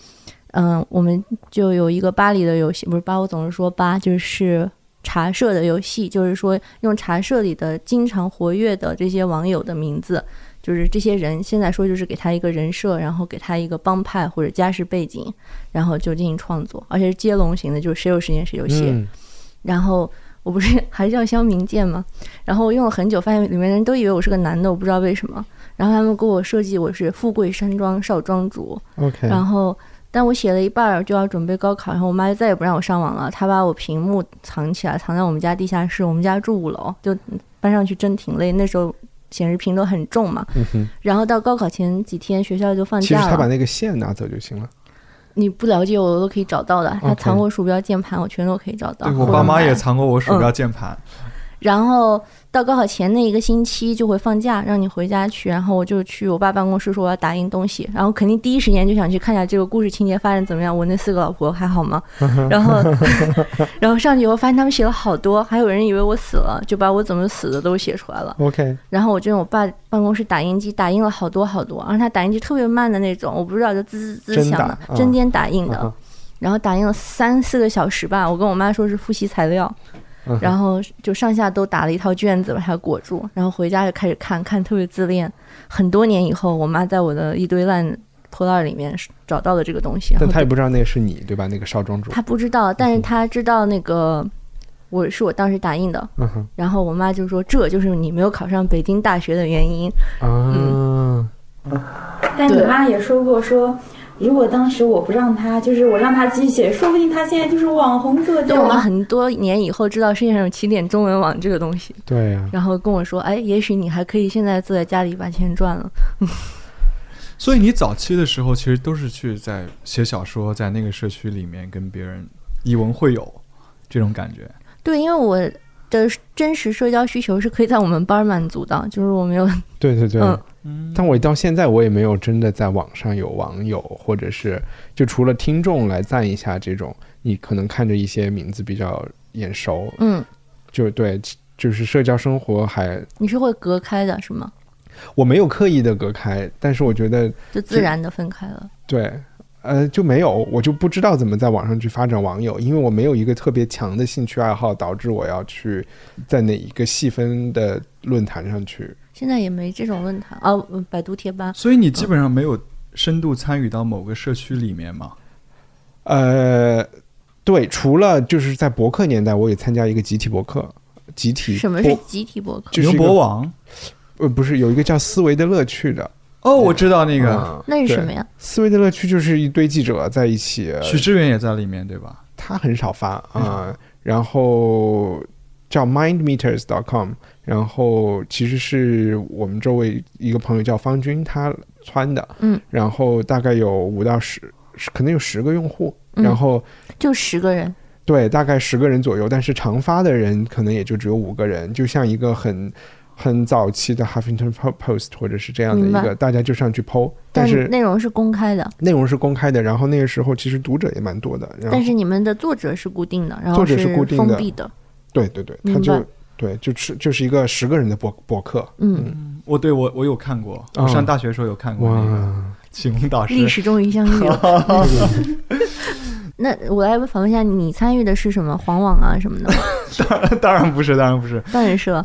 [SPEAKER 3] 嗯，我们就有一个巴黎的游戏，不是巴，我总是说巴，就是茶社的游戏，就是说用茶社里的经常活跃的这些网友的名字，就是这些人，现在说就是给他一个人设，然后给他一个帮派或者家世背景，然后就进行创作，而且是接龙型的，就是谁有时间谁就写。
[SPEAKER 2] 嗯
[SPEAKER 3] 然后我不是还是要肖明剑吗？ 然后我用了很久，发现里面人都以为我是个男的，我不知道为什么。然后他们给我设计我是富贵山庄少庄主，
[SPEAKER 4] 哎
[SPEAKER 2] ，OK，
[SPEAKER 3] 然后，但我写了一半儿就要准备高考，然后我妈就再也不让我上网了，她把我屏幕藏起来，藏在我们家地下室。我们家住五楼，就搬上去真挺累，那时候显示屏都很重嘛。
[SPEAKER 2] 嗯哼，
[SPEAKER 3] 然后到高考前几天，学校就放
[SPEAKER 2] 其实
[SPEAKER 3] 假
[SPEAKER 2] 他把
[SPEAKER 3] 了。
[SPEAKER 2] 那个线拿走就行了。
[SPEAKER 3] 你不了解我，我都可以找到的。她
[SPEAKER 2] OK
[SPEAKER 3] 藏过鼠标、键盘，我嗯全都可以找到。
[SPEAKER 4] 哎对我爸妈也
[SPEAKER 3] 买
[SPEAKER 4] 藏过我鼠标键盘，
[SPEAKER 3] 然后到高考前那一个星期就会放假，让你回家去。然后我就去我爸办公室说我要打印东西，然后肯定第一时间就想去看一下这个故事情节发展怎么样。我那四个老婆还 好吗？然后，然后上去以后发现他们写了好多，还有人以为我死了，就把我怎么死的都写出来了。
[SPEAKER 2] OK，
[SPEAKER 3] 然后我就用我爸办公室打印机打印了好多好多，然后他打印机特别慢的那种，我不知道就滋滋滋
[SPEAKER 2] 真
[SPEAKER 3] 响
[SPEAKER 2] 打
[SPEAKER 3] 的
[SPEAKER 2] 啊
[SPEAKER 3] 针尖打印的。
[SPEAKER 2] 嗯哼
[SPEAKER 3] 然后打印了三四个小时吧，我跟我妈说是复习材料，
[SPEAKER 2] 嗯哼
[SPEAKER 3] 然后就上下都打了一套卷子把它裹住，然后回家就开始看看，特别自恋。很多年以后，我妈在我的一堆烂破烂里面找到了这个东西，然
[SPEAKER 2] 但嗯
[SPEAKER 3] 后
[SPEAKER 2] 他也不知道那个是你，对吧？那个少庄主，
[SPEAKER 3] 她不知道，但是她知道那个我是我当时打印的。
[SPEAKER 2] 嗯哼
[SPEAKER 3] 然后我妈就说：“这就是你没有考上北京大学的原因。嗯
[SPEAKER 2] 啊，
[SPEAKER 5] 但你
[SPEAKER 3] 对
[SPEAKER 5] 妈也说过说。如果当时我不让她，就是我让她自己写，说不定她现在就是网红作”家
[SPEAKER 3] 就我们
[SPEAKER 5] 了。
[SPEAKER 3] 很多年以后知道世界上有起点中文网这个东西，
[SPEAKER 2] 对啊呀，
[SPEAKER 3] 然后跟我说：“哎，也许你还可以现在坐在家里把钱赚了。”
[SPEAKER 4] 所以你早期的时候其实都是去在写小说，在那个社区里面跟别人以文会友这种感觉。
[SPEAKER 3] 对，因为我的真实社交需求是可以在我们班儿满足的，就是我没有，
[SPEAKER 2] 对对对。
[SPEAKER 3] 嗯
[SPEAKER 4] 嗯，
[SPEAKER 2] 但我到现在我也没有真的在网上有网友，或者是就除了听众来赞一下这种，你可能看着一些名字比较眼熟，
[SPEAKER 3] 嗯，
[SPEAKER 2] 就对，就是社交生活还
[SPEAKER 3] 你是会隔开的，是吗？
[SPEAKER 2] 我没有刻意的隔开，但是我觉得
[SPEAKER 3] 就自然的分开了。
[SPEAKER 2] 对，呃，就没有，我就不知道怎么在网上去发展网友，因为我没有一个特别强的兴趣爱好，导致我要去在哪一个细分的论坛上去。
[SPEAKER 3] 现在也没这种论坛啊，嗯百度贴吧。
[SPEAKER 4] 所以你基本上没有深度参与到某个社区里面嘛？
[SPEAKER 2] 呃，对，除了就是在博客年代，我也参加一个集体博客，集体
[SPEAKER 3] 什么
[SPEAKER 2] 博
[SPEAKER 3] 是集体博客？
[SPEAKER 2] 就是一
[SPEAKER 4] 牛
[SPEAKER 2] 个
[SPEAKER 4] 博网。
[SPEAKER 2] 呃不是有一个叫思维的乐趣的
[SPEAKER 4] 哦，我知道那
[SPEAKER 2] 那
[SPEAKER 4] 个、
[SPEAKER 2] 个。
[SPEAKER 3] 那是
[SPEAKER 2] 对
[SPEAKER 3] 什么呀？
[SPEAKER 2] 思维的乐趣就是一堆记者在一起，呃
[SPEAKER 4] 许志远也在里面，对吧？
[SPEAKER 2] 他很少发啊、
[SPEAKER 3] 嗯
[SPEAKER 2] 然后叫 mindmeters.com，然后其实是我们周围一个朋友叫方军他穿的，
[SPEAKER 3] 嗯，
[SPEAKER 2] 然后大概有五到十，十可能有十个用户，
[SPEAKER 3] 嗯
[SPEAKER 2] 然后、
[SPEAKER 3] 就十个人，
[SPEAKER 2] 对大概十个人左右，但是常发的人可能也就只有五个人，就像一个很。很早期的《Huffington Post》或者是这样的一
[SPEAKER 3] 明
[SPEAKER 2] 个，
[SPEAKER 3] 白
[SPEAKER 2] 大家就上去剖，但
[SPEAKER 3] 但
[SPEAKER 2] 是
[SPEAKER 3] 内容是公开的，
[SPEAKER 2] 内容是公开的。然后那个时候其实读者也蛮多的，然后
[SPEAKER 3] 但是你们的作者是固定的，然
[SPEAKER 2] 作
[SPEAKER 3] 后
[SPEAKER 2] 者是固定的
[SPEAKER 3] 封闭的。
[SPEAKER 2] 对对对，他
[SPEAKER 3] 明
[SPEAKER 2] 就
[SPEAKER 3] 白
[SPEAKER 2] 对，就是就是一个十个人的博博客，
[SPEAKER 3] 嗯，
[SPEAKER 4] 我对我我有看过，
[SPEAKER 2] 啊
[SPEAKER 4] 我上大学的时候有看过那个
[SPEAKER 2] 哇，
[SPEAKER 4] 启蒙导
[SPEAKER 3] 历
[SPEAKER 4] 师。
[SPEAKER 3] 史终于相遇了。 那我来访问一下，你参与的是什么黄网啊什么的吗？
[SPEAKER 4] 当然不是，当然不是。
[SPEAKER 3] 当然 是了，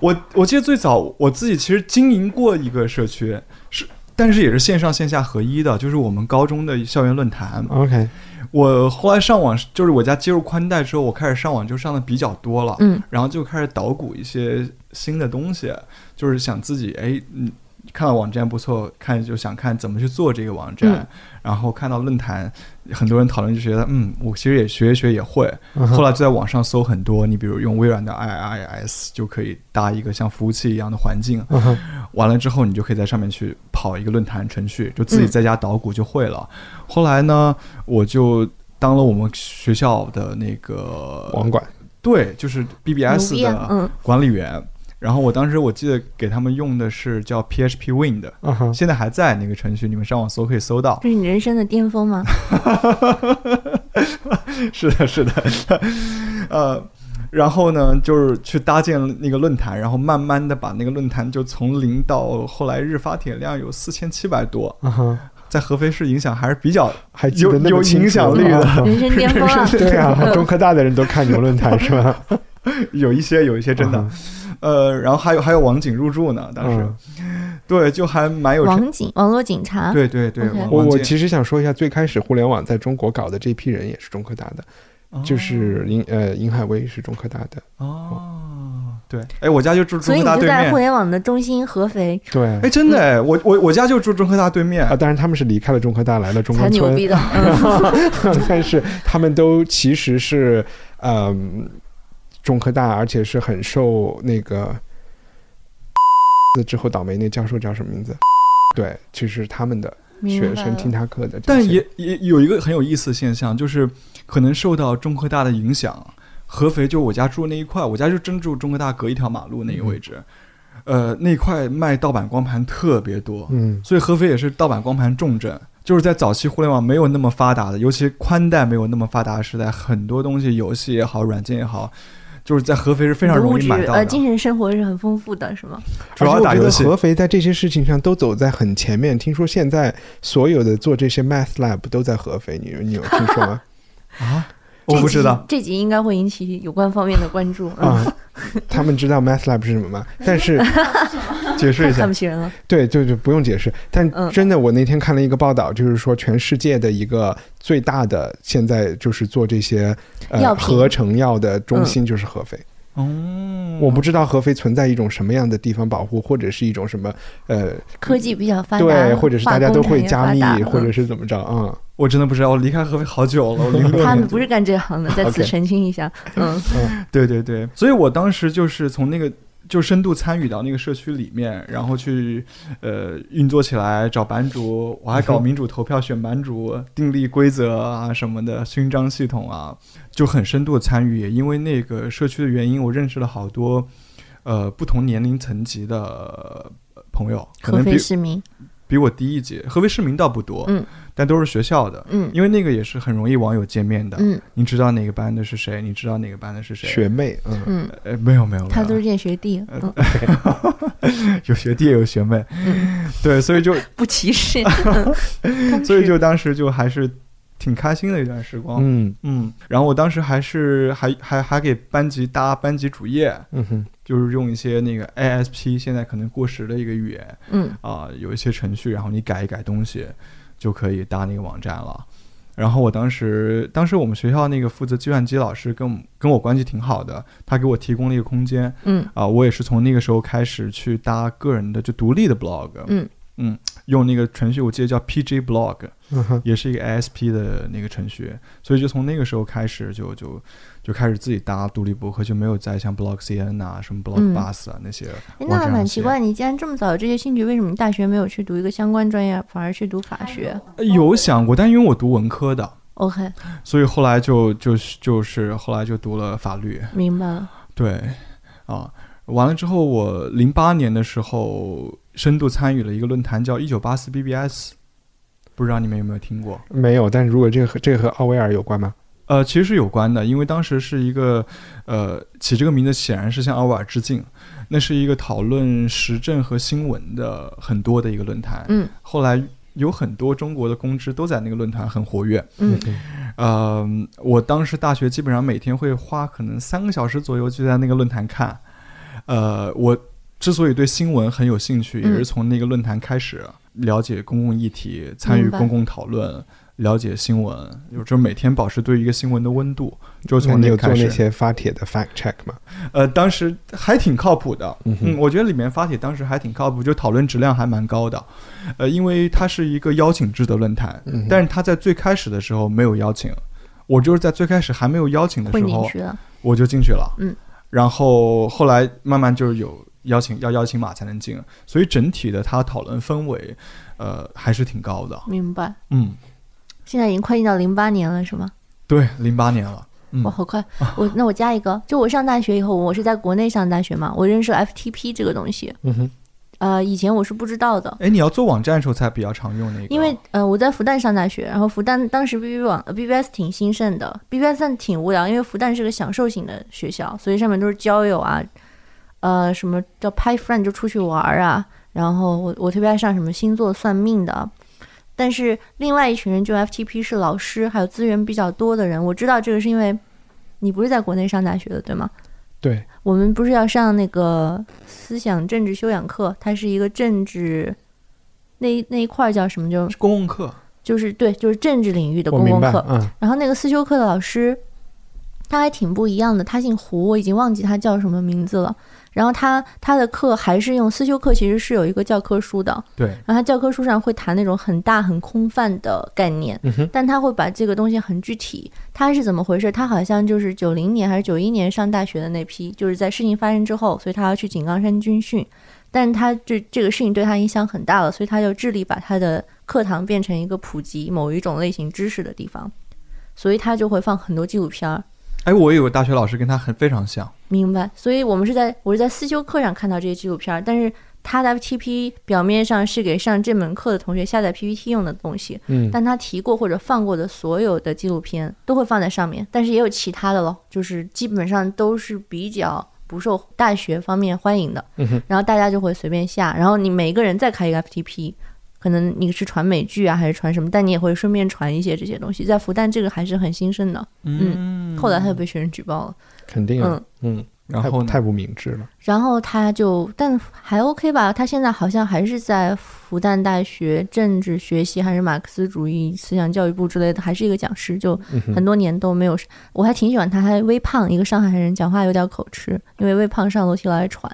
[SPEAKER 4] 我我记得最早我自己其实经营过一个社区，是但是也是线上线下合一的，就是我们高中的校园论坛。
[SPEAKER 2] ！OK，
[SPEAKER 4] 我后来上网，就是我家接入宽带之后，我开始上网就上的比较多了，
[SPEAKER 3] 嗯，
[SPEAKER 4] 然后就开始捣鼓一些新的东西，就是想自己哎，嗯，看到网站不错，看就想看怎么去做这个网站，
[SPEAKER 3] 嗯
[SPEAKER 4] 然后看到论坛很多人讨论，就觉得嗯，我其实也学一学也会。
[SPEAKER 2] 嗯哼
[SPEAKER 4] 后来就在网上搜很多，你比如用微软的 IIS 就可以搭一个像服务器一样的环境，
[SPEAKER 2] 嗯哼
[SPEAKER 4] 完了之后，你就可以在上面去跑一个论坛程序，就自己在家捣鼓就会了。
[SPEAKER 2] 嗯
[SPEAKER 4] 后来呢，我就当了我们学校的那个
[SPEAKER 2] 网管，
[SPEAKER 4] 对，就是 BBS
[SPEAKER 3] 牛逼啊
[SPEAKER 4] 的
[SPEAKER 3] 嗯
[SPEAKER 4] 管理员。然后我当时我记得给他们用的是叫 PHP Win 的，
[SPEAKER 2] 嗯哼，
[SPEAKER 4] 现在还在那个程序，你们上网搜可以搜到。
[SPEAKER 3] 这是你人生的巅峰吗？
[SPEAKER 4] 是的，是的， 呃，然后呢，就是去搭建那个论坛，然后慢慢的把那个论坛就从零到后来日发帖量有四千七百多，
[SPEAKER 2] 嗯哼，
[SPEAKER 4] 在合肥市影响还是比较
[SPEAKER 2] 还记
[SPEAKER 4] 有
[SPEAKER 2] 得那么
[SPEAKER 4] 有
[SPEAKER 2] 清
[SPEAKER 4] 影
[SPEAKER 2] 楚
[SPEAKER 4] 响力的
[SPEAKER 2] 啊
[SPEAKER 3] 人生巅峰 啊！
[SPEAKER 2] 对 啊，中科大的人都看牛论坛是 吧？
[SPEAKER 4] 有一些有一些真的，呃，然后还有还有网警入驻呢，当时、
[SPEAKER 2] 嗯
[SPEAKER 4] 对，就还蛮有成，
[SPEAKER 3] 网警，网络警察，
[SPEAKER 4] 对对对，
[SPEAKER 3] OK
[SPEAKER 4] 网
[SPEAKER 2] 我
[SPEAKER 4] 网
[SPEAKER 2] 我
[SPEAKER 4] 警
[SPEAKER 2] 其实想说一下，最开始互联网在中国搞的这批人也是中科大的，
[SPEAKER 3] 哦
[SPEAKER 2] 就是尹呃尹海威是中科大的，
[SPEAKER 4] 哦，对，哎，我家就住
[SPEAKER 3] 所
[SPEAKER 4] 中
[SPEAKER 3] 以你
[SPEAKER 4] 科大
[SPEAKER 3] 就
[SPEAKER 4] 对
[SPEAKER 3] 在互
[SPEAKER 4] 面，
[SPEAKER 3] 联网的中心合肥
[SPEAKER 2] 对
[SPEAKER 4] 哎，真的哎，我我我家就住中科大对面
[SPEAKER 2] 啊，，当然他们是离开了中科大来了中
[SPEAKER 3] 才
[SPEAKER 2] 关
[SPEAKER 3] 牛
[SPEAKER 2] 村，
[SPEAKER 3] 逼的，
[SPEAKER 2] 但是他们都其实是嗯、中科大，而且是很受那个之后倒霉那教授叫什么名字？对，就是他们的学生听他课的这些，
[SPEAKER 4] 但也也有一个很有意思的现象，就是可能受到中科大的影响，合肥就我家住那一块，我家就真住中科大隔一条马路那个位置，呃，那块卖盗版光盘特别多，
[SPEAKER 2] 嗯
[SPEAKER 4] 所以合肥也是盗版光盘重镇。就是在早期互联网没有那么发达的，尤其宽带没有那么发达的时代，很多东西，游戏也好，软件也好，就是在合肥是非常容易买到
[SPEAKER 3] 呃，
[SPEAKER 4] 的。
[SPEAKER 3] 精神生活是很丰富的，是吗？
[SPEAKER 4] 主要打
[SPEAKER 2] 而且
[SPEAKER 4] 游
[SPEAKER 2] 我
[SPEAKER 4] 戏
[SPEAKER 2] 觉得合肥在这些事情上都走在很前面。听说现在所有的做这些 math lab 都在合肥，你你有听说吗？
[SPEAKER 4] 啊我不
[SPEAKER 3] 这集
[SPEAKER 4] 知道，
[SPEAKER 3] 这集应该会引起有关方面的关注嗯
[SPEAKER 2] 啊、他们知道 math lab 是什么吗？但是
[SPEAKER 4] 解释
[SPEAKER 3] 太
[SPEAKER 4] 一下
[SPEAKER 3] 看不。起人了。
[SPEAKER 2] 对对对，不用解释。但
[SPEAKER 3] 嗯
[SPEAKER 2] 真的，我那天看了一个报道，就是说全世界的一个最大的现在就是做这些
[SPEAKER 3] 药
[SPEAKER 2] 呃
[SPEAKER 3] 品
[SPEAKER 2] 合成药的中心就是合肥。
[SPEAKER 4] 哦，
[SPEAKER 3] 嗯
[SPEAKER 2] 我不知道合肥存在一种什么样的地方保护，或者是一种什么呃
[SPEAKER 3] 科技比较发达，
[SPEAKER 2] 对，或者是大家都会加密
[SPEAKER 3] 化工产业，发达嗯
[SPEAKER 2] 或者是怎么着啊？
[SPEAKER 4] 我真的不知道，我离开合肥好久 了，我零
[SPEAKER 3] 嗯
[SPEAKER 4] 六年。
[SPEAKER 3] 他们不是干这行的，在此
[SPEAKER 2] OK
[SPEAKER 3] 澄清一下。嗯，
[SPEAKER 4] 对对对，所以我当时就是从那个就深度参与到那个社区里面，然后去呃运作起来，找版主，我还搞民主投票选版主，订立规则啊什么的，勋章系统啊，就很深度的参与。也因为那个社区的原因，我认识了好多呃不同年龄层级的呃朋友，可
[SPEAKER 3] 合
[SPEAKER 4] 能比
[SPEAKER 3] 肥市民，
[SPEAKER 4] 比我低一级，合肥市民倒不多，
[SPEAKER 3] 嗯
[SPEAKER 4] 但都是学校的。
[SPEAKER 3] 嗯
[SPEAKER 4] 因为那个也是很容易网友见面的，
[SPEAKER 3] 嗯
[SPEAKER 4] 你知道哪个班的是谁，你知道哪个班的是谁，
[SPEAKER 2] 学妹，嗯，
[SPEAKER 3] 嗯，
[SPEAKER 4] 呃，没有没有，没有
[SPEAKER 3] 他都是见学弟，嗯，
[SPEAKER 4] 有学弟也有学妹，
[SPEAKER 3] 嗯
[SPEAKER 4] 对，所 以就
[SPEAKER 3] 不歧视。嗯
[SPEAKER 4] 所以就当时就还是挺开心的一段时光，
[SPEAKER 2] 嗯
[SPEAKER 4] 嗯，然后我当时还是还还还给班级搭班级主页，
[SPEAKER 2] 嗯哼，
[SPEAKER 4] 就是用一些那个 ASP 现在可能过时的一个语言
[SPEAKER 3] 嗯，
[SPEAKER 4] 啊、有一些程序，然后你改一改东西就可以搭那个网站了。然后我当时，当时我们学校那个负责计算机老师跟我们跟我关系挺好的，他给我提供了一个空间，
[SPEAKER 3] 嗯
[SPEAKER 4] 啊，我也是从那个时候开始去搭个人的就独立的 blog，
[SPEAKER 3] 嗯
[SPEAKER 4] 嗯用那个程序我记得叫 PG Blog，
[SPEAKER 2] 嗯哼，
[SPEAKER 4] 也是一个 ASP 的那个程序，所以就从那个时候开始就就就开始自己搭独立博客，就没有再像 Blog CN 啊、什么 Blog
[SPEAKER 3] 嗯
[SPEAKER 4] Bus 啊、那些
[SPEAKER 3] 哎
[SPEAKER 4] 网
[SPEAKER 3] 那还
[SPEAKER 4] 站
[SPEAKER 3] 蛮
[SPEAKER 4] 上
[SPEAKER 3] 奇
[SPEAKER 4] 写。
[SPEAKER 3] 怪，你既然这么早有这些兴趣，为什么你大学没有去读一个相关专业，反而去读法
[SPEAKER 5] 哎
[SPEAKER 3] 学
[SPEAKER 5] 哦
[SPEAKER 4] 呃有想过，但因为我读文科的，
[SPEAKER 3] ？OK，
[SPEAKER 4] 所以后来就就就是后来就读了法律，
[SPEAKER 3] 明白了。
[SPEAKER 4] 对，啊，完了之后，我零八年的时候深度参与了一个论坛，叫一九八四 BBS，不知道你们有没有听过？
[SPEAKER 2] 没有。但是如果这个和这个和奥威尔有关吗？
[SPEAKER 4] 呃，其实是有关的，因为当时是一个，呃，起这个名字显然是向奥威尔致敬。那是一个讨论时政和新闻的很多的一个论坛，
[SPEAKER 3] 嗯
[SPEAKER 4] 后来有很多中国的公知都在那个论坛很活跃。
[SPEAKER 3] 嗯
[SPEAKER 4] 呃，我当时大学基本上每天会花可能三个小时左右就在那个论坛看。呃，我之所以对新闻很有兴趣，也
[SPEAKER 3] 嗯
[SPEAKER 4] 呃是从那个论坛开始了解公共议题，参与
[SPEAKER 3] 明白
[SPEAKER 4] 公共讨论，了解新闻，就是每天保持对一个新闻的温度，就
[SPEAKER 2] 那
[SPEAKER 4] 从
[SPEAKER 2] 你有做
[SPEAKER 4] 开
[SPEAKER 2] 那
[SPEAKER 4] 始。
[SPEAKER 2] 些发帖的 fact check 吗？
[SPEAKER 4] 呃，当时还挺靠谱的，
[SPEAKER 2] 嗯哼
[SPEAKER 4] 嗯，我觉得里面发帖当时还挺靠谱，就讨论质量还蛮高的，呃，因为它是一个邀请制的论坛，
[SPEAKER 2] 嗯哼
[SPEAKER 4] 但是它在最开始的时候没有邀请，我就是在最开始还没有邀请的
[SPEAKER 3] 混
[SPEAKER 4] 时
[SPEAKER 3] 进
[SPEAKER 4] 候
[SPEAKER 3] 去，了。
[SPEAKER 4] 我就进去了，
[SPEAKER 3] 嗯，
[SPEAKER 4] 然后后来慢慢就是有邀请，要邀请码才能进，所以整体的它讨论氛围，呃，还是挺高的，
[SPEAKER 3] 明白。
[SPEAKER 4] 嗯，
[SPEAKER 3] 现在已经快进到零八年了，是吗？
[SPEAKER 4] 对，零八年了，嗯
[SPEAKER 3] 哇，好快！我那我加一个，就我上大学以后，我是在国内上大学嘛，我认识 FTP 这个东西，
[SPEAKER 2] 嗯哼，
[SPEAKER 3] 呃，以前我是不知道的。
[SPEAKER 4] 哎，你要做网站的时候才比较常用那个，
[SPEAKER 3] 因为呃，我在复旦上大学，然后复旦当时 BB 网呃 BBS 挺兴盛的，BBS 挺无聊，因为复旦是个享受型的学校，所以上面都是交友啊，呃，什么叫拍 friend 就出去玩儿啊，然后我我特别爱上什么星座算命的，但是另外一群人就 FTP 是老师，还有资源比较多的人，我知道这个是因为你不是在国内上大学的对吗？
[SPEAKER 2] 对，
[SPEAKER 3] 我们不是要上那个思想政治修养课，它是一个政治那一那一块儿叫什么就。
[SPEAKER 4] 是公共课，
[SPEAKER 3] 就是对，就是政治领域的
[SPEAKER 2] 我
[SPEAKER 3] 公
[SPEAKER 2] 明
[SPEAKER 3] 共
[SPEAKER 2] 白，
[SPEAKER 3] 课。
[SPEAKER 2] 嗯，
[SPEAKER 3] 然后那个思修课的老师，他还挺不一样的，他姓胡，我已经忘记他叫什么名字了。然后他他的课还是用思修课，其实是有一个教科书的，
[SPEAKER 4] 对，
[SPEAKER 3] 然后他教科书上会谈那种很大很空泛的概念，
[SPEAKER 2] 嗯哼
[SPEAKER 3] 但他会把这个东西很具体。他是怎么回事？他好像就是九零年还是九一年上大学的那批，就是在事情发生之后，所以他要去井冈山军训。但是他这这个事情对他影响很大了，所以他就致力把他的课堂变成一个普及某一种类型知识的地方，所以他就会放很多纪录片儿。
[SPEAKER 4] 哎，我有个大学老师跟他很非常像。
[SPEAKER 3] 明白，所以我们是在我是在思修课上看到这些纪录片儿，但是他的 FTP 表面上是给上这门课的同学下载 PPT 用的东西，
[SPEAKER 2] 嗯，
[SPEAKER 3] 但他提过或者放过的所有的纪录片都会放在上面，但是也有其他的咯，就是基本上都是比较不受大学方面欢迎的，
[SPEAKER 2] 嗯哼
[SPEAKER 3] 然后大家就会随便下，然后你每一个人再开一个 FTP。可能你是传美剧啊，还是传什么？但你也会顺便传一些这些东西。在复旦这个还是很兴盛的，
[SPEAKER 4] 嗯
[SPEAKER 3] 后来他就被学生举报了。
[SPEAKER 2] 肯定啊，嗯，
[SPEAKER 4] 然后
[SPEAKER 2] 太
[SPEAKER 4] 呢？
[SPEAKER 2] 不明智了，
[SPEAKER 3] 然后他就，但还 OK 吧。他现在好像还是在复旦大学政治学系，还是马克思主义思想教育部之类的，还是一个讲师，就
[SPEAKER 2] 嗯哼
[SPEAKER 3] 很多年都没有。我还挺喜欢他，还微胖，一个上海人，讲话有点口吃，因为微胖上楼梯老爱喘，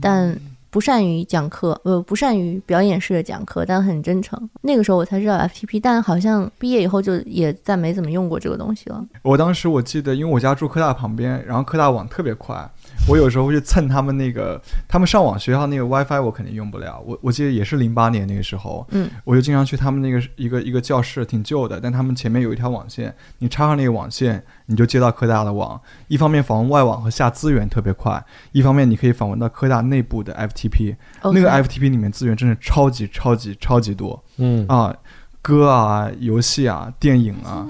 [SPEAKER 3] 但不善于讲课，呃，不善于表演式的讲课，但很真诚。那个时候我才知道 FTP，但好像毕业以后就也再没怎么用过这个东西了。
[SPEAKER 4] 我当时我记得，因为我家住科大旁边，然后科大网特别快，我有时候会去蹭他们那个，他们上网学校那个 WiFi 我肯定用不了。我我记得也是零八年那个时候，
[SPEAKER 3] 嗯，
[SPEAKER 4] 我就经常去他们那个一个一个教室，挺旧的，但他们前面有一条网线，你插上那个网线，你就接到科大的网。一方面访问外网和下资源特别快，一方面你可以访问到科大内部的 FTP，、
[SPEAKER 3] o
[SPEAKER 4] 那个 FTP 里面资源真是超级超级超级多。
[SPEAKER 2] 嗯，
[SPEAKER 4] 啊，歌啊、游戏啊、电影啊，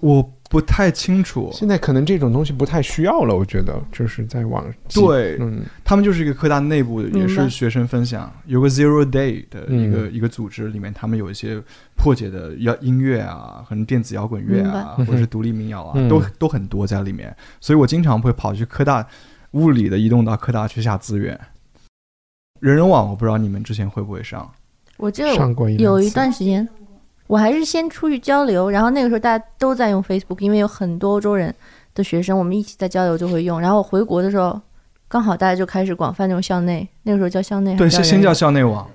[SPEAKER 4] 我不太清楚。
[SPEAKER 2] 现在可能这种东西不太需要了，我觉得就是在网，
[SPEAKER 4] 对
[SPEAKER 2] 嗯
[SPEAKER 4] 他们就是一个科大内部的，
[SPEAKER 3] 明
[SPEAKER 4] 也
[SPEAKER 3] 白
[SPEAKER 4] 是学生分享，有个 Zero Day 的
[SPEAKER 2] 嗯
[SPEAKER 4] 一个、一个组织，里面他们有一些破解的摇音乐啊，可能电子摇滚乐啊，
[SPEAKER 2] 明白
[SPEAKER 4] 或者是独立民谣啊，
[SPEAKER 2] 嗯
[SPEAKER 4] 都都很多在里面。所以我经常会跑去科大物理的移动到科大去下资源。人人网我不知道你们之前会不会上，
[SPEAKER 3] 我这个
[SPEAKER 2] 上过一
[SPEAKER 3] 有
[SPEAKER 2] 两
[SPEAKER 3] 一
[SPEAKER 2] 次
[SPEAKER 3] 段时间，我还是先出去交流，然后那个时候大家都在用 Facebook，因为有很多欧洲人的学生，我们一起在交流就会用。然后我回国的时候，刚好大家就开始广泛用校内，那个时候叫校内，
[SPEAKER 4] 对，
[SPEAKER 3] 还
[SPEAKER 4] 先先
[SPEAKER 3] 人
[SPEAKER 4] 叫校内网，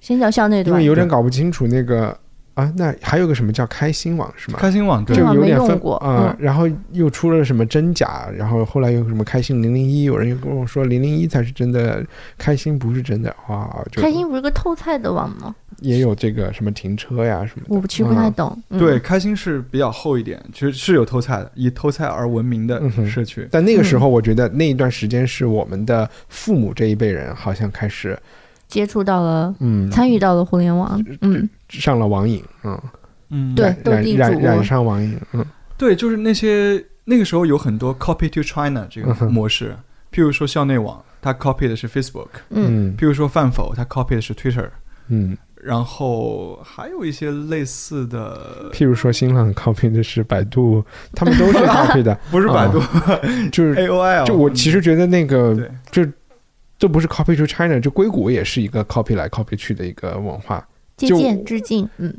[SPEAKER 3] 先叫校内对
[SPEAKER 2] 因
[SPEAKER 3] 吧
[SPEAKER 2] 为？有点搞不清楚那个啊，那还有个什么叫开心网是吗？
[SPEAKER 4] 开心网
[SPEAKER 2] 就
[SPEAKER 4] 对
[SPEAKER 3] 这个，网
[SPEAKER 2] 有点
[SPEAKER 3] 没
[SPEAKER 2] 分
[SPEAKER 3] 用过
[SPEAKER 2] 啊、
[SPEAKER 3] 嗯
[SPEAKER 2] 然后又出了什么真假，然后后来又什么开心零零一，有人又跟我说零零一才是真的，开心不是真的，哇，就
[SPEAKER 3] 开心不是个偷菜的网吗？
[SPEAKER 2] 也有这个什么停车呀什么的，
[SPEAKER 3] 我其实不太懂。嗯
[SPEAKER 4] 对，，开心是比较厚一点，其实是有偷菜的，以偷菜而闻名的
[SPEAKER 2] 嗯哼
[SPEAKER 4] 社区。
[SPEAKER 2] 但那个
[SPEAKER 3] 嗯
[SPEAKER 2] 时候，我觉得那一段时间是我们的父母这一辈人好像开始，
[SPEAKER 3] 接触到了，
[SPEAKER 2] 嗯，
[SPEAKER 3] 参与到了互联网，嗯，
[SPEAKER 2] 上了网瘾，嗯，
[SPEAKER 4] 嗯
[SPEAKER 3] 对
[SPEAKER 2] 染
[SPEAKER 3] 斗
[SPEAKER 2] 染
[SPEAKER 3] 地
[SPEAKER 2] 染
[SPEAKER 3] 主
[SPEAKER 2] 染上网瘾，嗯
[SPEAKER 4] 对，就是那些那个时候有很多 copy to China 这
[SPEAKER 2] 嗯
[SPEAKER 4] 个
[SPEAKER 2] 哼
[SPEAKER 4] 模式，譬如说校内网，它 copy 的是 Facebook；
[SPEAKER 3] 嗯
[SPEAKER 2] 嗯
[SPEAKER 4] 譬如说饭否，它 copy 的是 Twitter。
[SPEAKER 2] 嗯，
[SPEAKER 4] 然后还有一些类似的，
[SPEAKER 2] 譬如说新浪 copy 的是百度，他们都是 copy 的，
[SPEAKER 4] 不是百度、
[SPEAKER 2] 就是
[SPEAKER 4] A O 啊 L。
[SPEAKER 2] 啊就我其实觉得那个
[SPEAKER 4] 哎嗯对
[SPEAKER 2] 就这不是 copy to China，就硅谷也是一个 copy 来 copy 去的一个文化。
[SPEAKER 3] 借
[SPEAKER 2] 就
[SPEAKER 3] 鉴致敬，嗯，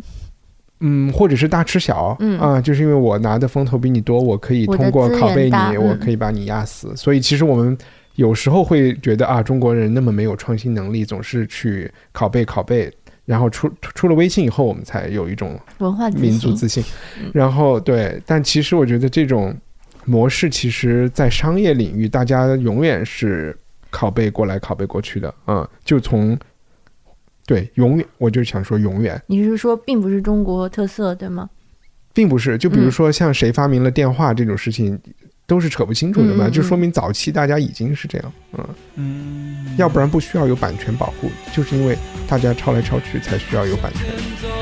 [SPEAKER 2] 嗯，或者是大吃小，
[SPEAKER 3] 嗯
[SPEAKER 2] 啊，就是因为我拿的风头比你多，我可以
[SPEAKER 3] 我的
[SPEAKER 2] 通过
[SPEAKER 3] 资
[SPEAKER 2] 拷
[SPEAKER 3] 源
[SPEAKER 2] 贝你，
[SPEAKER 3] 大
[SPEAKER 2] 我
[SPEAKER 3] 嗯
[SPEAKER 2] 可以把你压死。所以其实我们有时候会觉得啊，中国人那么没有创新能力，总是去拷贝拷贝，然后出出出了微信以后，我们才有一种
[SPEAKER 3] 文化自
[SPEAKER 2] 民族
[SPEAKER 3] 信
[SPEAKER 2] 自信。
[SPEAKER 3] 嗯
[SPEAKER 2] 然后对，但其实我觉得这种模式，其实在商业领域，大家永远是拷贝过来、拷贝过去的啊、嗯就从对永远，我就想说永远，
[SPEAKER 3] 你是说并不是中国特色对吗？
[SPEAKER 2] 并不是。就比如
[SPEAKER 3] 嗯
[SPEAKER 2] 说像谁发明了电话这种事情，都是扯不清楚的嘛，
[SPEAKER 3] 嗯嗯
[SPEAKER 2] 就
[SPEAKER 3] 嗯
[SPEAKER 2] 说明早期大家已经是这样，嗯，
[SPEAKER 4] 嗯
[SPEAKER 2] 要不然不需要有版权保护，就是因为大家抄来抄去才需要有版权。
[SPEAKER 1] 天走